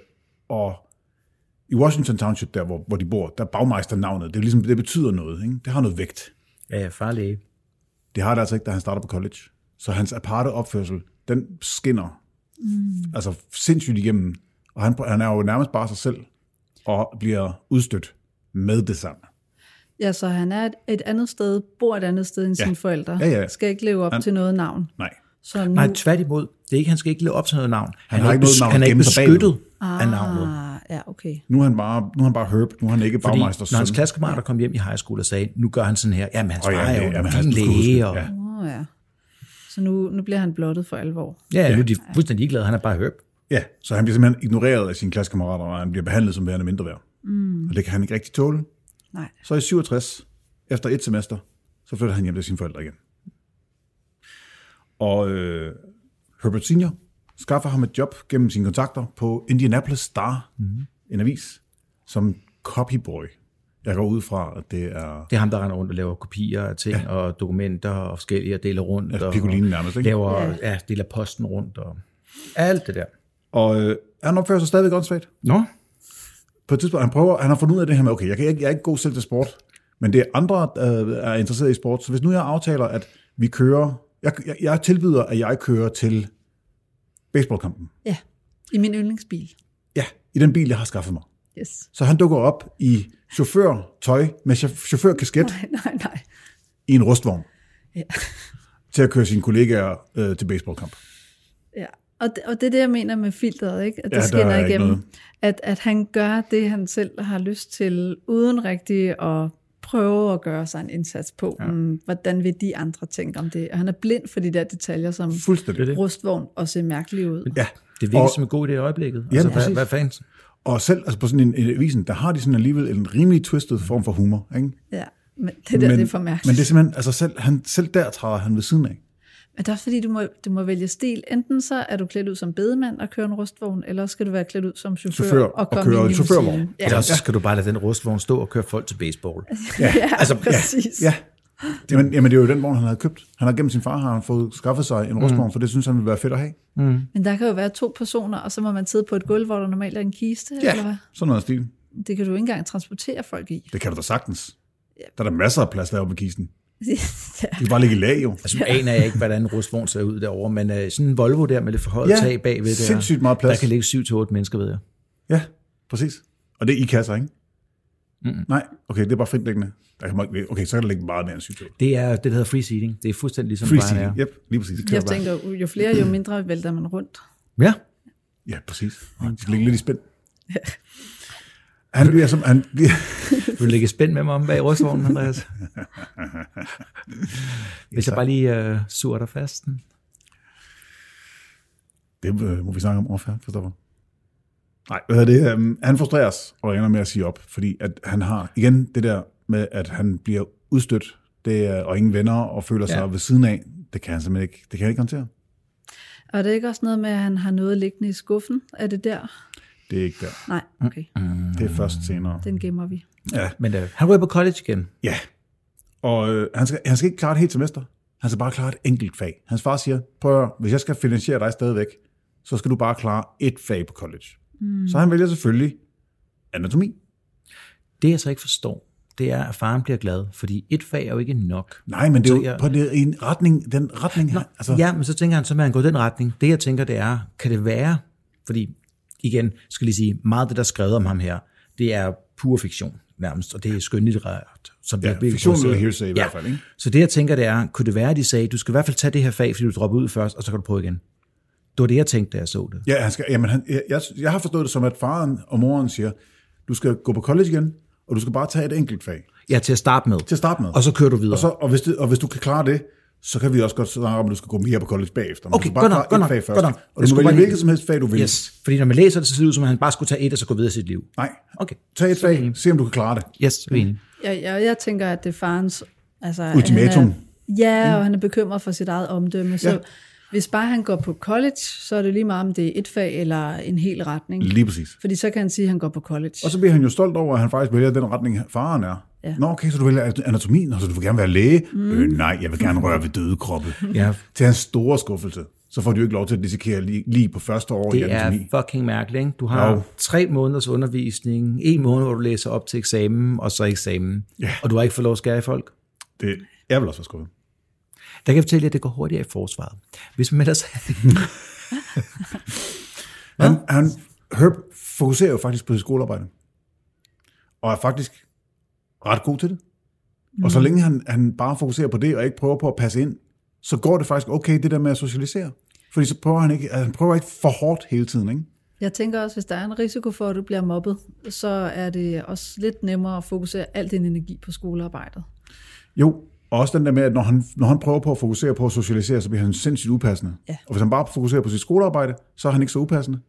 B: og i Washington Township, der hvor, hvor de bor, der er bagmeisternavnet. Det, er ligesom, det betyder noget. Ikke? Det har noget vægt.
A: Ja, ja, farlæge.
B: Det har det altså ikke, da han starter på college. Så hans aparte opførsel, den skinner. Mm. Altså sindssygt igennem. Og han, han er jo nærmest bare sig selv, og bliver udstødt med det samme.
C: Ja, så han er et, et andet sted, bor et andet sted end
B: Ja.
C: sine forældre,
B: Ja, ja.
C: skal ikke leve op
B: Han-
C: han... til noget navn.
B: Nej.
C: Så nu,
A: Nej, tværtimod. Det er ikke, han skal ikke leve op til noget navn. Han,
B: har
A: er
B: ikke noget
A: bes-
B: navn at
A: han er ikke
B: gemme sig bag
A: beskyttet af navnet.
C: ah, ja, okay.
B: Nu er han bare, nu er han bare herb. Nu er han ikke
A: Fordi
B: bagmeisters
A: når hans
B: søn.
A: klassekammerater kom hjem i high school og sagde, nu gør han sådan her. Jamen, hans
B: Åh,
A: far
B: ja,
A: er
B: det-
A: jo
B: jamen,
A: en
B: han
A: fin
B: skulle huske
A: læge.
B: det,
A: Og,
B: ja.
A: ja.
C: Oh, ja. Så nu, nu bliver han blottet for alvor.
A: ja, nu er de fuldstændig ligeglade. Han er bare høb.
B: Ja, så han bliver simpelthen ignoreret af sine klassekammerater, og han bliver behandlet som værende mindre værd. Mm. Og det kan han ikke rigtig tåle.
C: Nej.
B: Så i 67, efter et semester, så flytter han hjem til sine forældre igen. Og øh, Herbert Senior, skaffer ham et job gennem sine kontakter på Indianapolis Star, mm-hmm. en avis, som copyboy. Jeg går ud fra, at det er...
A: Det er ham, der render rundt og laver kopier af ting ja. og dokumenter og forskellige og deler rundt.
B: Ja,
A: og
B: Piccolinen nærmest, ikke?
A: Laver,
C: Ja.
A: ja. ja, deler posten rundt og alt det der.
B: Og øh, han opfører sig stadigvæk åndssvagt.
A: Nå,
B: På et tidspunkt, han prøver, han har fundet ud af det her med, okay, jeg, kan ikke, jeg er ikke god selv til sport, men det er andre, der er interesseret i sport. Så hvis nu jeg aftaler, at vi kører... Jeg, jeg, jeg tilbyder, at jeg kører til baseballkampen.
C: Ja, i min yndlingsbil.
B: Ja, i den bil, jeg har skaffet mig.
C: Yes.
B: Så han dukker op i chaufførtøj med cha- chaufførkasket
C: Nej, nej, nej.
B: i en rustvogn
C: Ja.
B: til at køre sine kollegaer øh, til baseballkamp.
C: Ja, og det, og det er det, jeg mener med filteret, ikke? At det
B: Ja,
C: ja,
B: der er
C: skinner
B: ikke
C: igennem.
B: noget.
C: At, at han gør det, han selv har lyst til, uden rigtig at prøve at gøre sig en indsats på, ja. um, hvordan vil de andre tænke om det. Og han er blind for de der detaljer, som
B: Fuldstændig.
A: det.
C: rustvogn og ser mærkelig ud.
B: Ja.
A: det virker
B: Og-
A: og, som en god idé i øjeblikket. altså, hvad,
B: præcis.
A: hvad fanden?
B: Og selv altså på sådan en, en avisen, der har de sådan alligevel en rimelig twisted form for humor. Ikke?
C: Ja, men det der, men, det er for mærkeligt.
B: Men det er simpelthen, altså selv, han, selv der træder han ved siden af.
C: Men det er også fordi, du må, du må vælge stil. Enten så er du klædt ud som bedemand og kører en rustvogn, eller også skal du være klædt ud som chauffør,
B: Chauffør
C: og
B: og
C: komme
B: kører
C: i en
B: chaufførvogn.
C: limousine. Ja,
A: Ja. Ellers så skal du bare lade den rustvogn stå og køre folk til baseball.
C: ja, ja, altså, præcis.
B: Ja. Jamen, jamen, det er jo den vogn, han havde købt. Han har gennem sin far har han fået skaffet sig en rustvogn, mm. for det synes han ville være fedt at have.
C: Men der kan jo være to personer, og så må man sidde på et gulv, hvor der normalt er en kiste,
B: Ja,
C: eller hvad?
B: sådan noget af stil.
C: Det kan du ikke engang transportere folk i.
B: Det kan du da sagtens. Der er der masser af plads deroppe i kisten.
C: ja.
B: Det kan bare ligge i lag, jo.
A: Altså, nu aner jeg ikke, hvordan en rustvogn ser ud derovre, men uh, sådan en Volvo der med lidt forhøjet
B: Ja,
A: ja, tag bagved, der,
B: sindssygt meget plads.
A: der kan ligge 7-8 mennesker, ved jeg.
B: Ja, præcis. Og det er i kasser, ikke? Mm-mm. Nej, okay, det er bare fritlæggende. Der kan man, ikke- okay, så kan der ligge meget mere end sygt.
A: Det er det, der hedder free seating. Det er fuldstændig ligesom
B: Free
A: bare
B: seating,
A: er.
B: yep, lige præcis.
C: Jeg tænker, jo flere, jo mindre vælter man rundt.
A: Ja.
B: Ja, præcis. Det skal ligge lidt i spænd. Han bliver som, han, bliver-
A: Vil du lægge spænd med mig om bag rustvognen, Andreas? Hvis jeg bare lige øh, suger dig fast.
B: det øh, må vi snakke om overfærd, Christoffer. Nej, hvad hedder det? øhm, Han frustreres og ender med at sige op, fordi at han har igen det der med, at han bliver udstødt det er, og ingen venner og føler sig
A: Ja.
B: ved siden af. Det kan han simpelthen ikke, det kan han ikke håndtere.
C: Og er det ikke også noget med, at han har noget liggende i skuffen? Er det der?
B: Det er ikke der.
C: Nej, okay.
B: Mm. Det er først senere.
C: Den gemmer vi.
B: Ja,
A: Men øh, han ryger på college igen.
B: Ja, og øh, han, skal, han skal ikke klare et helt semester. Han skal bare klare et enkelt fag. Hans far siger, prøv at høre, hvis jeg skal finansiere dig stadigvæk, så skal du bare klare et fag på college. Mm. Så han vælger selvfølgelig anatomi.
A: Det, jeg så ikke forstår, det er, at faren bliver glad, fordi et fag er jo ikke nok.
B: Nej, men det er
A: Så
B: jo
A: jeg-
B: på det, i en retning, den retning her. Altså,
A: Ja, men så tænker han, så må han gå i den retning. Det jeg tænker, det er, kan det være, fordi igen, skal jeg lige sige, meget af det, der er skrevet om ham her, det er pur fiktion nærmest, og det er skønlitterært. Som
B: Ja,
A: bliver virkelig
B: fiktion eller
A: produceret.
B: hearsay i hvert fald, ikke?
A: Så det jeg tænker, det er, kunne det være, at de sagde, du skal i hvert fald tage det her fag, fordi du dropper ud først, og så kan du prøve igen. Det var det, jeg tænkte, da jeg så det.
B: ja han skal, jamen, han, jeg, jeg, jeg har forstået det som, at faren og moren siger, du skal gå på college igen, og du skal bare tage et enkelt fag
A: Ja, til at starte med.
B: til at starte med.
A: Og så kører du videre.
B: og, så, og, hvis det, og hvis du kan klare det, så kan vi også godt snakke om, at du skal gå mere på college bagefter. Men
A: Okay,
B: du skal bare
A: godt nok,
B: klare
A: godt
B: et
A: nok,
B: fag først.
A: godt nok.
B: Og
A: Jeg
B: du må
A: skulle
B: vælge
A: bare
B: hvilket
A: lige-
B: som helst fag, du vil.
A: Yes. Fordi når man læser det, så ser det ud som, at han bare skulle tage et, og så gå videre i sit liv.
B: Nej.
A: Okay.
B: Tag et fag, se om du kan klare det.
A: Yes, mm. enig.
C: Jeg, jeg, jeg tænker, at det er farens... Altså, at
B: Ultimatum. Mm.
C: Han er, ja, og han er bekymret for sit eget omdømme. Så
B: Ja.
C: ja. hvis bare han går på college, så er det lige meget, om det er et fag eller en hel retning.
B: Lige præcis.
C: Fordi så kan han sige, at han går på college.
B: Mm. Og så bliver han jo stolt over, at han faktisk vælger den retning, faren er. Ja.
C: Ja.
B: Nå, okay, så du vælger anatomien, og så du vil gerne være læge. Mm. Øh, nej, jeg vil gerne røre ved døde kroppe.
A: Ja,
B: Til hans store skuffelse, så får du ikke lov til at dissekere lige, lige på første år i
A: Det er
B: anatomi.
A: fucking mærkeligt. Ikke? Du har
B: Jo.
A: jo. tre måneders undervisning, en måned, hvor du læser op til eksamen, og så eksamen.
B: Ja.
A: Og du har ikke fået lov at skære i folk.
B: Det, jeg vil også være skuffet.
A: Der kan jeg fortælle jer, at det går hurtigere i forsvaret. Hvis man ellers...
B: Han, han Herb fokuserer jo faktisk på sit skolearbejde. Og er faktisk ret god til det. Mm. Og så længe han, han bare fokuserer på det, og ikke prøver på at passe ind, så går det faktisk okay, det der med at socialisere. Fordi så prøver han ikke, altså, han prøver ikke for hårdt hele tiden, ikke?
C: Jeg tænker også, hvis der er en risiko for, at du bliver mobbet, så er det også lidt nemmere at fokusere al din energi på skolearbejdet.
B: Jo, og også den der med, at når han, når han prøver på at fokusere på at socialisere, så bliver han sindssygt upassende.
C: Ja.
B: Og hvis han bare fokuserer på sit skolearbejde, så er han ikke så upassende.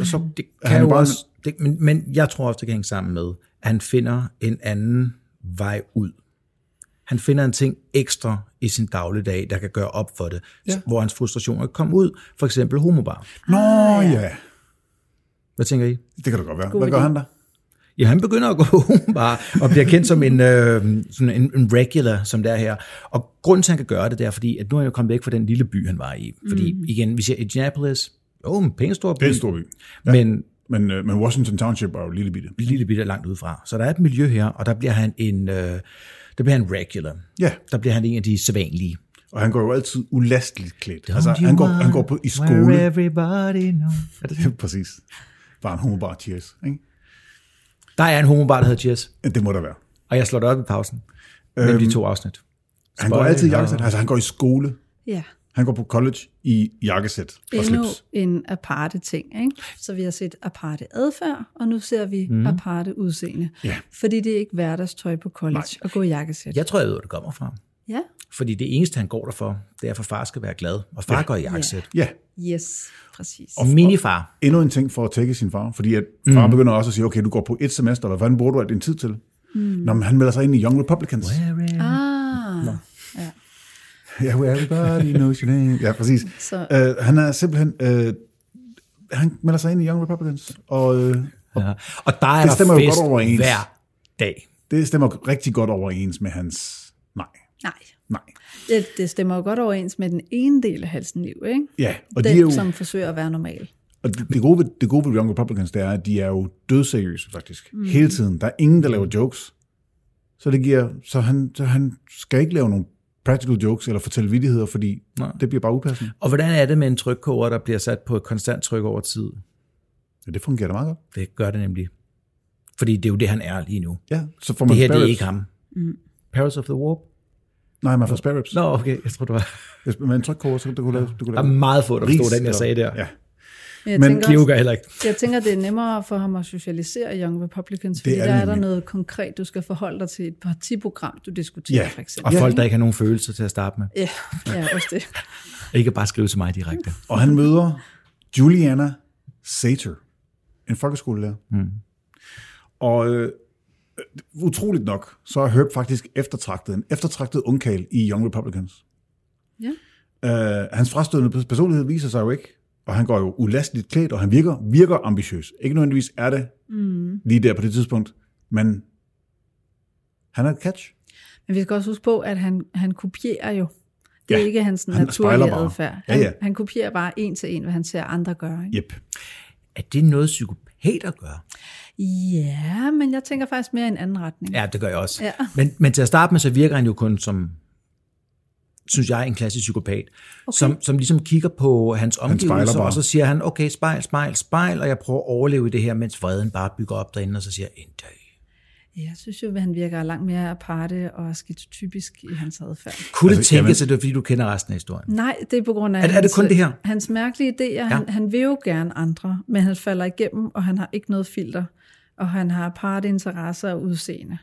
A: Og så, det
B: han
A: kan jo
B: bare-
A: også, det, men, men jeg tror også, det kan hænge sammen med, at han finder en anden vej ud. Han finder en ting ekstra i sin dagligdag, der kan gøre op for det, ja. hvor hans frustrationer kan komme ud. For eksempel homobar.
B: Nå ja,
A: Hvad tænker I?
B: det kan da godt være.
C: Ah, God
B: Hvad gør
C: idé.
B: han der?
A: Ja, han begynder at gå homobar og bliver kendt som en, øh, sådan en, en regular, som det er her. Og grunden til, at han kan gøre det, det er fordi, at nu er han jo kommet væk fra den lille by, han var i. Fordi mm. igen, vi siger Indianapolis, jo, en pæn stor by,
B: Det er en stor by.
A: men
B: Men, øh, men Washington Township er jo en lille bitte.
A: lille bitte langt udefra. Så der er et miljø her, og der bliver han en, øh, der bliver han regular.
B: Ja,
A: Der bliver han en af de sædvanlige.
B: og han går jo altid ulasteligt klædt. altså, han går, han går på, i skole.
A: Where everybody knows. Er det-
B: Præcis. Bare en homobar cheers, ikke?
A: Der er en homobar, der hedder Jess,
B: Det må der være.
A: og jeg slår det op i pausen. Mellem
B: Øhm.
A: de to afsnit.
B: Han går
A: Spoiler.
B: altid i jakkesæt. Altså, han går i skole.
C: Ja.
B: Han går på college i jakkesæt og
C: Endnu
B: slips.
C: en aparte ting. Ikke? Så vi har set aparte adfærd, og nu ser vi mm. aparte udseende.
B: Mhm. Ja.
C: Fordi det er ikke hverdagstøj på college Nej. at gå i jakkesæt.
A: Jeg tror, jeg ved, hvor det kommer fra.
C: Ja.
A: Fordi det eneste, han går derfor, det er, for far skal være glad. Og far ja. går i jakkesæt.
B: Ja,
C: Yes, præcis.
A: Ja. Minifar.
B: endnu en ting for at tække sin far. Fordi at far mm. begynder også at sige, okay, du går på et semester, hvad fanden bruger du alt din tid til? Mm. Når man, han melder sig ind i Young Republicans.
C: Ah,
B: Ja, where everybody knows your name. Ja, præcis.
C: Så-
B: Uh, han er simpelthen... Uh, han melder sig ind i Young Republicans, og uh,
A: Ja. Og der er
B: Det
A: det
B: stemmer
A: der
B: jo
A: fest
B: godt overens.
A: hver dag.
B: det stemmer rigtig godt overens med hans... Nej,
C: nej.
B: nej.
C: Det, det stemmer jo godt overens med den ene del af halsen liv, ikke?
B: Ja, og
C: den,
B: de er jo...
C: som forsøger at være normal.
B: Og det, det, gode ved, det gode ved Young Republicans, det er, at de er jo dødseriøse faktisk. Mm. Hele tiden. Der er ingen, der laver jokes. Så det giver, så han, så han skal ikke lave nogen practical jokes eller fortælle vidtigheder, fordi Nej. det bliver bare upassende.
A: Og hvordan er det med en trykkoger, der bliver sat på et konstant tryk over tid?
B: Ja, det fungerer da meget godt.
A: Det gør det nemlig. Fordi det er jo det, han er lige nu.
B: Ja, så får man
A: Det her, det er
B: spare
A: ikke
B: ribs.
A: ham. Mm. Paris of the Warp?
B: Nej, man får spare ribs.
A: Nå, okay, jeg tror, det var...
B: Hvis man trykker over, så kan du kunne lave, du kunne
A: Der
B: lave
A: er meget få, der forstod
B: ris
A: den, jeg
B: eller-
A: sagde der.
B: Ja,
C: Men
B: Men
C: jeg, Men tænker,
A: Cleo
C: også,
A: gør heller ikke.
C: jeg tænker, det er nemmere for ham at socialisere Young Republicans, fordi
B: er
C: er
B: det
C: der er der
B: nemlig.
C: noget konkret, du skal forholde dig til et partiprogram, du diskuterer
B: Ja,
C: for
A: Og
C: eksempel.
A: folk, der ikke har nogen følelser til at starte med.
C: Ja, ja, også det.
A: Ikke bare skrive til mig direkte.
B: og han møder Juliana Sater, en folkeskolelærer. Mm. Og øh, utroligt nok, så er Herb faktisk eftertragtet, en eftertragtet ungkal i Young Republicans.
C: Ja.
B: Øh, hans frastødende personlighed viser sig jo ikke, og han går jo ulasteligt klædt, og han virker, virker ambitiøs. Ikke nødvendigvis er det mm. lige der på det tidspunkt, men han er et catch.
C: Men vi skal også huske på, at han, han kopierer jo. Det
B: Ja,
C: er ja, ikke hans
B: han
C: naturlige
B: spejler bare.
C: adfærd.
B: Ja, ja.
C: Han, han kopierer bare en til en, hvad han ser andre gøre. Ikke?
B: Yep.
A: Er det noget, psykopater gør?
C: Ja, men jeg tænker faktisk mere i en anden retning.
A: Ja, det gør jeg også.
C: Ja.
A: Men, men til at starte med, så virker han jo kun som, synes jeg, en klassisk psykopat, okay. som, som ligesom kigger på hans omgivelser,
B: bare.
A: og så siger han, okay, spejl, spejl, spejl, og jeg prøver at overleve i det her, mens vreden bare bygger op derinde, og så siger jeg, en dag.
C: Jeg synes jo, at han virker langt mere aparte og skitotypisk i hans adfærd.
A: Kunne altså, det
B: Altså, jamen-
A: tænkes, at det er, fordi du kender resten af historien?
C: Nej, det er på grund af
A: Er det- er det kun
C: hans, øh,
A: det her?
C: hans mærkelige idéer. Ja. Han, han vil jo gerne andre, men han falder igennem, og han har ikke noget filter, og han har aparte interesser og udseende.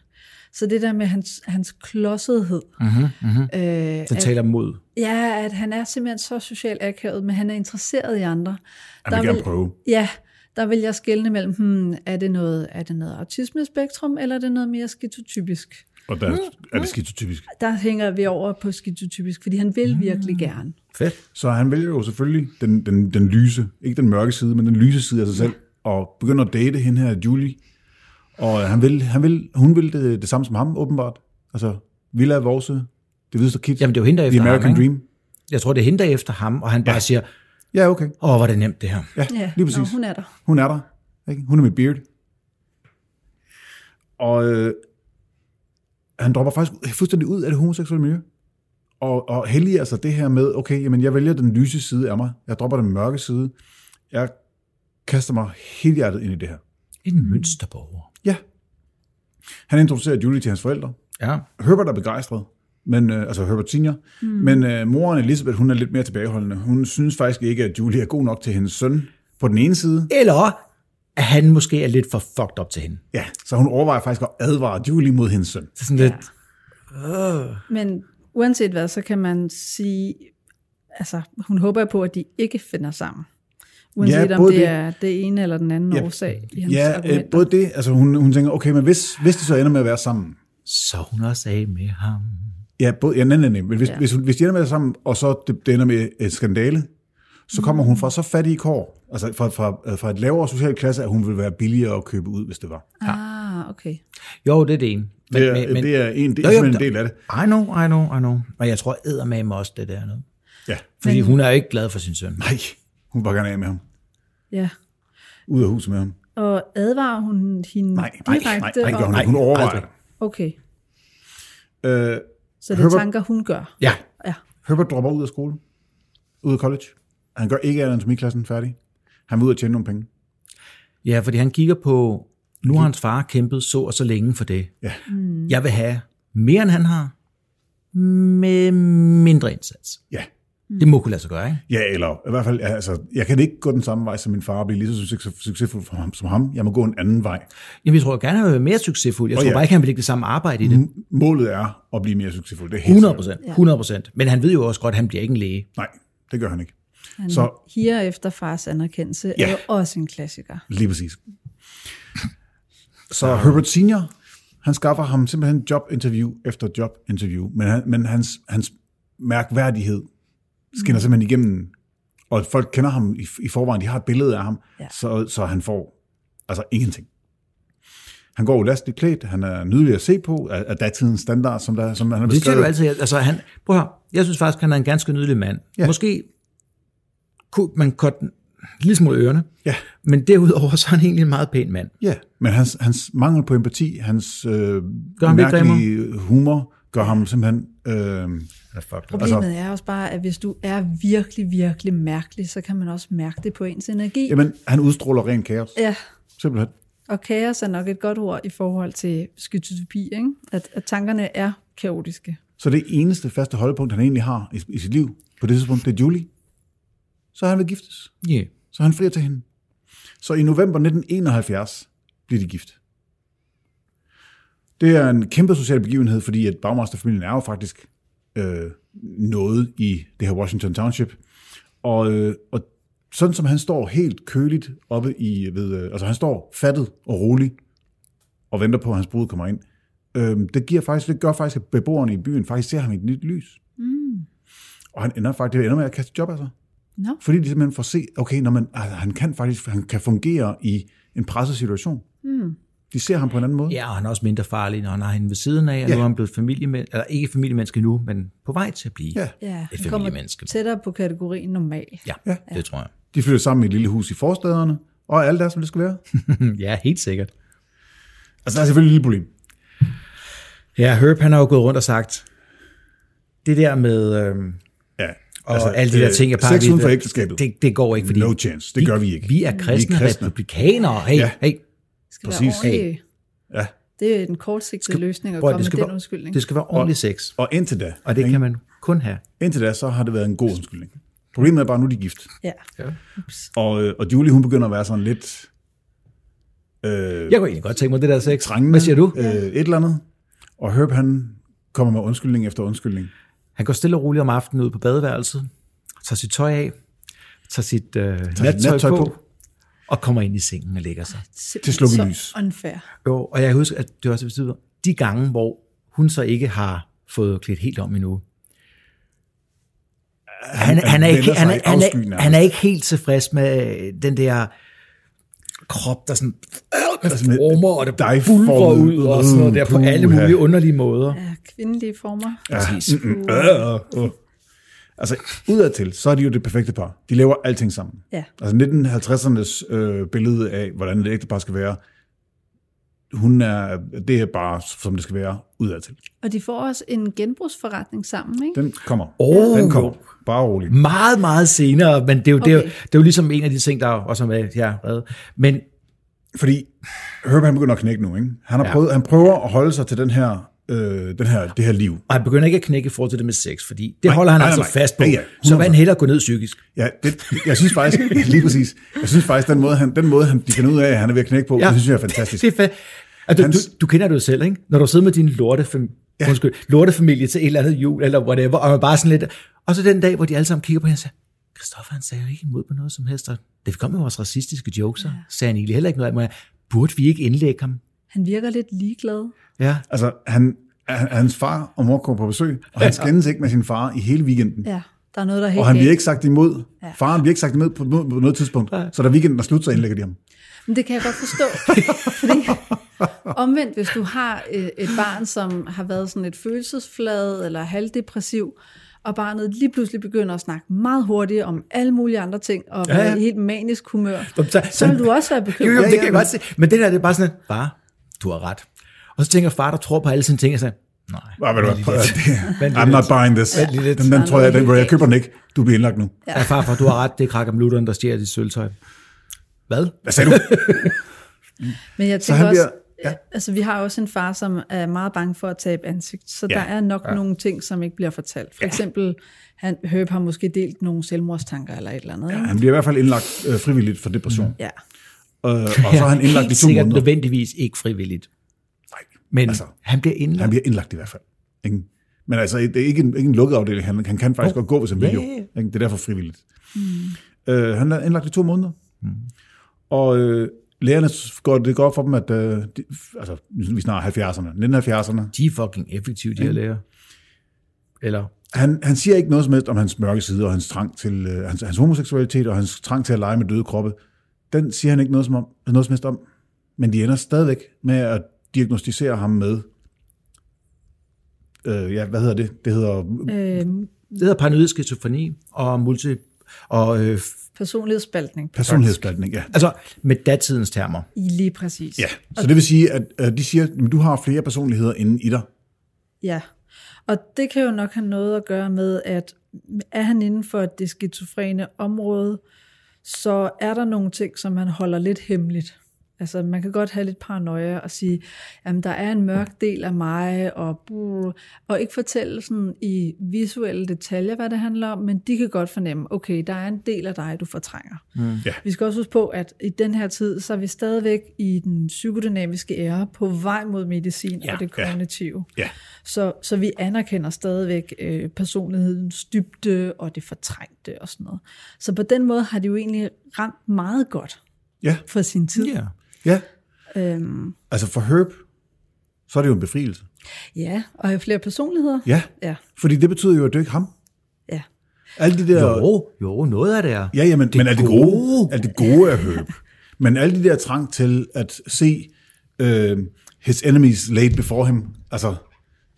C: Så det der med hans, hans klodsethed,
B: Mm.
C: mm-hmm, mm-hmm. Øh,
A: Den taler mod.
C: ja, at han er simpelthen så socialt akavet, men han er interesseret i andre.
B: Han vil gerne prøve.
C: Ja, der vil jeg skelne mellem, hmm, er det noget, er det noget autismespektrum, eller er det noget mere skitotypisk?
B: Og der er det skizotypisk.
C: der hænger vi over på skitotypisk, fordi han
A: Mm.
C: vil virkelig gerne.
A: Fedt.
B: Så han vælger jo selvfølgelig den, den, den lyse, ikke den mørke side, men den lyse side af sig selv, og begynder at date hende her, Julie. Og han vil, han vil, hun vil det, det samme som ham, åbenbart. Altså, Villa Vorse, det hvide kit.
A: Jamen, det er jo hende, der
B: The
A: efter ham,
B: American
A: ikke?
B: Dream.
A: Jeg tror, det henter efter ham, og han bare siger,
B: Ja, okay.
A: åh, hvor er det nemt det her.
B: Ja, ja lige præcis.
C: Nå, hun er der.
B: Hun er der. Ikke? Hun er med Beard. Og øh, han dropper faktisk fuldstændig ud af det homoseksuelle miljø. Og, og heldiger sig det her med, okay, jamen jeg vælger den lyse side af mig. Jeg dropper den mørke side. Jeg kaster mig helhjertet ind i det her.
A: En mønsterborger.
B: Ja. Han introducerer Julie til hans forældre.
A: Ja.
B: Herbert er begejstret, men, øh, altså Herbert Senior, mm. men øh, moren Elisabeth, hun er lidt mere tilbageholdende. Hun synes faktisk ikke, at Julie er god nok til hendes søn på den ene side.
A: Eller at han måske er lidt for fucked op til hende.
B: Ja, så hun overvejer faktisk at advare Julie mod hendes søn.
A: Så sådan lidt, ja.
C: Men uanset hvad, så kan man sige, altså hun håber på, at de ikke finder sammen. Uanset ja, om
B: både
C: det,
B: det-
C: det er det ene eller den anden ja, årsag i hans
B: Ja, øh,
C: argumenter.
B: både det, altså hun, hun tænker, okay, men hvis, hvis de så ender med at være sammen,
A: så hun også af med ham.
B: Ja, både, ja, nej, nej, nej. Men hvis, ja.
C: Ja.
B: hvis, hvis de ender med det sammen, og så det, det ender med øh, et skandale, så kommer hun fra så fattige kår, altså fra, fra, fra et lavere socialt klasse, at hun ville være billigere at købe ud, hvis det var.
C: Ah, okay.
A: Jo, det er det ene. Men,
B: det, er, men, øh, det er en, det er
A: Jo, jo,
B: simpelthen en
A: der-
B: del af det.
A: I know, I know, I know. Og jeg tror, æder med også det der noget.
B: Ja.
A: Fordi hun er jo ikke glad for sin søn.
B: Nej, hun vil bare gerne af med ham.
C: Ja.
B: Ud af huset med ham.
C: Og advarer hun hende
B: Nej, nej, nej, nej,
C: direkte?
B: det gør hun
C: om-
B: ikke. Hun overvejer
A: aldrig.
B: det.
C: Okay,
B: Øh,
C: så det
B: Herbert-
C: er tanker, hun gør.
A: Ja.
C: Ja.
B: Herbert dropper ud af skole. Ud af college. Han gør ikke anatomiklassen færdig. Han vil ud og tjene nogle penge.
A: Ja, fordi han kigger på, nu har hans far kæmpet så og så længe for det.
B: Ja.
A: Mm. Jeg vil have mere, end han har, med mindre indsats.
B: Ja.
A: Det må kunne lade sig gøre, ikke?
B: Ja, eller i hvert fald, ja, altså, jeg kan ikke gå den samme vej som min far og blive lige så succes- succesfuld for ham, som ham. Jeg må gå en anden vej.
A: Jamen, jeg tror jeg gerne, han vil være mere succesfuld. Jeg
B: Åh,
A: tror
B: ja. Mm.
A: bare ikke, han vil lægge det samme arbejde i det.
B: M- Målet er at blive mere succesfuld. Det er helt
A: 100
B: sikkert.
A: procent. 100 procent. Men han ved jo også godt, at han bliver ikke en læge.
B: Nej, det gør han ikke.
C: Han
B: Så-
C: så... higer efter fars anerkendelse,
B: Ja. Altså-
C: ja. er jo også en klassiker.
B: Lige præcis. Så Herbert Senior, han skaffer ham simpelthen jobinterview efter jobinterview, men, han, men hans, hans mærkværdighed skinner simpelthen igennem, og folk kender ham i, i forvejen, de har et billede af ham, ja.
C: Ja.
B: så, så han får altså ingenting. Han går ulastigt klædt, han er nydelig at se på, af, af datidens standard, som, der, som han har
A: Det siger
B: beskrevet.
A: du altid. Altså, han, prøv at høre, jeg synes faktisk, han er en ganske nydelig mand.
B: Ja.
A: Ja. Måske kunne man korte en lille smule ørerne,
B: Ja.
A: men derudover så er han egentlig en meget pæn mand.
B: Ja, men hans, hans mangel på empati, hans øh,
A: Gør ham lidt
B: mærkelige humor, gør ham simpelthen... Øh,
A: Ja, fuck det.
C: Problemet altså... er også bare, at hvis du er virkelig, virkelig mærkelig, så kan man også mærke det på ens energi.
B: Jamen, han udstråler ren kaos.
C: Ja,
B: Simpelthen.
C: og kaos er nok et godt ord i forhold til skytotopi, ikke? At, at tankerne er kaotiske.
B: Så det eneste faste holdepunkt, han egentlig har i, i sit liv på det tidspunkt, det er Julie. Så er han vil giftes.
A: Yeah.
B: Så er han frier til hende. Så i november 1971 bliver de gift. Det er en kæmpe social begivenhed, fordi at bagmasterfamilien er jo faktisk øh, noget i det her Washington Township. Og, øh, og sådan som han står helt køligt oppe i, ved, øh, altså han står fattet og rolig og venter på, at hans brud kommer ind. Øh, det, giver faktisk, det gør faktisk, at beboerne i byen faktisk ser ham i et nyt lys. Mm. Og han ender faktisk det ender med at kaste job af sig.
C: Nå,
B: Fordi de simpelthen får se, okay, når man, altså, han kan faktisk han kan fungere i en presset situation. Mm. De ser ham på en anden måde.
A: Ja, og han er også mindre farlig, når han har hende ved siden af, og
B: Ja.
A: ja. nu er han blevet familiemenneske, eller ikke familiemenneske nu, men på vej til at blive.
B: Ja.
C: ja,
A: Et
C: han kommer
A: familiemenneske.
C: tættere på kategorien normal.
A: Ja, det tror jeg.
B: De flytter sammen i et lille hus i forstederne, og alt er, som det skal være.
A: Mm, ja, helt sikkert.
B: altså, der er selvfølgelig et lille problem.
A: Ja, Herb, han har jo gået rundt og sagt, det der med, øhm,
B: Ja.
A: og altså, alle de der
B: øh,
A: ting, jeg
B: Sex
A: pakker i
B: uden for
A: det-
B: ægteskabet. Det,
A: Det, det går ikke, fordi
B: no chance. Det gør vi ikke.
A: vi er kristne,
B: Vi er kristne.
A: republikanere. Hey,
B: Ja.
A: ja. hey,
C: Det skal
B: Præcis.
C: være ordentligt.
B: Ja.
C: Det er den kortsigtede løsning at
A: prøv,
C: komme
A: det,
C: med
A: skal
C: den
A: være,
C: undskyldning.
A: det skal være ordentlig sex,
B: Og indtil da,
A: og det
B: ikke?
A: kan man kun have.
B: indtil da, så har det været en god undskyldning. Problemet er bare, nu er de gift.
C: Ja.
B: Og, øh, og Julie, hun begynder at være sådan lidt... Øh,
A: Jeg kunne egentlig godt tænke mig det der sex.
B: trængende.
A: Hvad siger du?
B: Øh, et eller andet. Og Herb, han kommer med undskyldning efter undskyldning.
A: Han går stille og roligt om aftenen ud på badeværelset, tager sit tøj af, tager sit øh, nattøj
B: nattøj
A: på,
B: på.
A: på, og kommer ind i sengen og lægger sig.
C: Simpelthen
B: slukket
C: så
B: lys.
C: unfair.
A: Jo, og jeg husker, at det var så betyder, de gange, hvor hun så ikke har fået klædt helt om endnu, han, han, er,
B: vender
A: ikke, han,
B: sig
A: er,
B: i
A: han,
B: afsky
A: er,
B: nærmest.
A: han er ikke helt tilfreds med øh, den der krop, der sådan øh,
B: Altså med
A: med former, og det
B: dig
A: bulver
B: formet.
A: ud og sådan noget der på
B: Puha.
A: alle mulige underlige måder.
C: Ja, kvindelige former.
A: Præcis.
B: Øh, øh. Altså, udadtil, så er de jo det perfekte par. De laver alting sammen.
C: Ja.
B: Altså 1950'ernes øh, billede af, hvordan et ægtepar skal være, hun er, det er bare, som det skal være, udadtil.
C: Og de får også en genbrugsforretning sammen, ikke?
B: Den kommer.
A: Åh.
B: Den kommer. Bare roligt.
A: Meget, meget senere, men det er, jo, det, er jo,
C: Okay.
A: det er jo ligesom en af de ting, der også er med her. Ja, men
B: Fordi Herb, han begynder at knække nu, ikke? Han, har ja.
A: Ja.
B: prøvet, han prøver at holde sig til den her, øh, den her, det her liv.
A: og han begynder ikke at knække i forhold til det med sex, fordi det
B: Nej,
A: holder han
B: nej,
A: altså
B: nej.
A: fast på.
B: Ja, ja,
A: så vil han
B: 100%.
A: hellere gå ned psykisk.
B: Ja, det, jeg synes faktisk, lige præcis, jeg synes faktisk, den måde, han, den måde, han, de finder ud af, at han er ved at knække på, ja.
A: Ja.
B: det synes jeg er fantastisk.
A: Det er fa- altså,
B: Hans-
A: Hans... du, du kender det jo selv, ikke? Når du sidder med din lortefam... ja. Undskyld, lortefamilie til et eller andet jul, eller whatever, og man bare sådan lidt... Og så den dag, hvor de alle sammen kigger på hende og siger, Christoffer, han sagde jo ikke imod på noget som helst, og da vi kom med vores racistiske jokes, ja. sagde han egentlig heller ikke noget af mig. Burde vi ikke indlægge ham?
C: Han virker lidt ligeglad.
A: Ja.
B: Altså, han, at hans far og mor kommer på besøg, og han skændes ikke med sin far i hele weekenden.
C: Ja, der er noget, der er helt
B: Og han bliver
C: galt.
B: ikke sagt imod. Faren bliver ikke sagt imod på, på noget tidspunkt. Så da weekenden er slut, så indlægger de ham.
C: Men det kan jeg godt forstå. fordi omvendt, hvis du har øh, et barn, som har været sådan lidt følelsesflad eller halvdepressiv, og barnet lige pludselig begynder at snakke meget hurtigt om alle mulige andre ting, og være
A: ja.
C: i helt manisk humør,
A: Jamen, så-
C: så vil du også være bekymret.
A: Jo, jo, det kan jeg
B: men-
A: godt se. Men det der, det er bare sådan, at, far, du har ret. Og så tænker far, der tror på alle sine ting, og siger, nej.
B: Ah, ved du hvad, prøv at-
A: Vent lige
B: I'm not buying this.
A: lidt.
B: Den, den tror jeg, den, jeg køber den ikke. Du bliver indlagt nu.
A: Ja, far, far, du har ret, det er krakker Lutteren, der stjæler dit sølvtøj. Hvad?
B: Hvad sagde du?
C: Men jeg
B: Så
C: tænker
B: han
C: også,
B: bliver-
C: ja. altså vi har også en far, som er meget bange for at tabe ansigt, så
B: Ja.
C: ja. der er nok ja. nogle ting, som ikke bliver fortalt. For ja. eksempel, han, Herb har måske delt nogle selvmordstanker eller et eller andet. Ja. Ikke?
B: Han bliver i hvert fald indlagt øh, frivilligt for depression.
C: ja.
B: Øh, og så er han indlagt i
A: Helt
B: to
A: Mm. sikkert
B: måneder.
A: nødvendigvis ikke frivilligt.
B: Nej,
A: Men
B: Altså,
A: altså, han bliver indlagt.
B: han bliver indlagt i hvert fald. Ikke? Men altså, det er ikke en, ikke en lukket afdeling. Han, han kan faktisk oh, godt gå, hvis han vil.
A: ja,
B: jo.
A: ja,
B: Ikke? Det er derfor frivilligt. Mm. Øh, han er indlagt i to måneder. Mm. Og øh, lægerne går, det går op for dem, at øh, de, altså, vi snakker 70'erne, 1970'erne,
A: De er fucking effektive, de her
B: Mm.
A: læger. Eller?
B: han, han siger ikke noget som helst om hans mørke side og hans trang til øh, hans, hans homoseksualitet og hans trang til at lege med døde kroppe. Den siger han ikke noget som, om, noget som helst om. Men de ender stadigvæk med at diagnostisere ham med, øh, ja, hvad hedder det? Det hedder
C: Øhm,
A: Det hedder paranoid skizofreni og multi... Og, øh, f-
C: personlighedsspaltning.
B: personlighedsblandning, ja.
A: altså, med datidens termer.
C: I lige præcis.
B: ja. Så det vil sige, at øh, de siger, at du har flere personligheder inden i dig.
C: Ja, og det kan jo nok have noget at gøre med, at er han inden for det skizofrene område, så er der nogle ting, som han holder lidt hemmeligt. Altså, man kan godt have lidt paranoia og sige, jamen, der er en mørk del af mig, og, brr, og ikke fortælle sådan i visuelle detaljer, hvad det handler om, men de kan godt fornemme, okay, der er en del af dig, du fortrænger.
B: Ja.
C: Vi skal også huske på, at i den her tid, så er vi stadigvæk i den psykodynamiske ære på vej mod medicin ja, og det
B: ja.
C: kognitive.
B: Ja.
C: Så, så vi anerkender stadigvæk øh, personlighedens dybde og det fortrængte og sådan noget. Så på den måde har de jo egentlig ramt meget godt
B: Ja.
C: for sin tid.
A: Ja.
B: Ja.
C: Øhm,
B: Altså for Herb, så er det jo en befrielse.
C: ja, og jo flere personligheder.
B: Ja.
C: Ja,
B: Fordi det betyder jo, at det er ikke ham.
C: ja.
B: Alle de der...
A: Jo, jo, noget af det er.
B: Ja, ja, men, det men er det
A: gode.
B: gode? Er det gode at høre? men alle de der trang til at se øh, his enemies laid before him, altså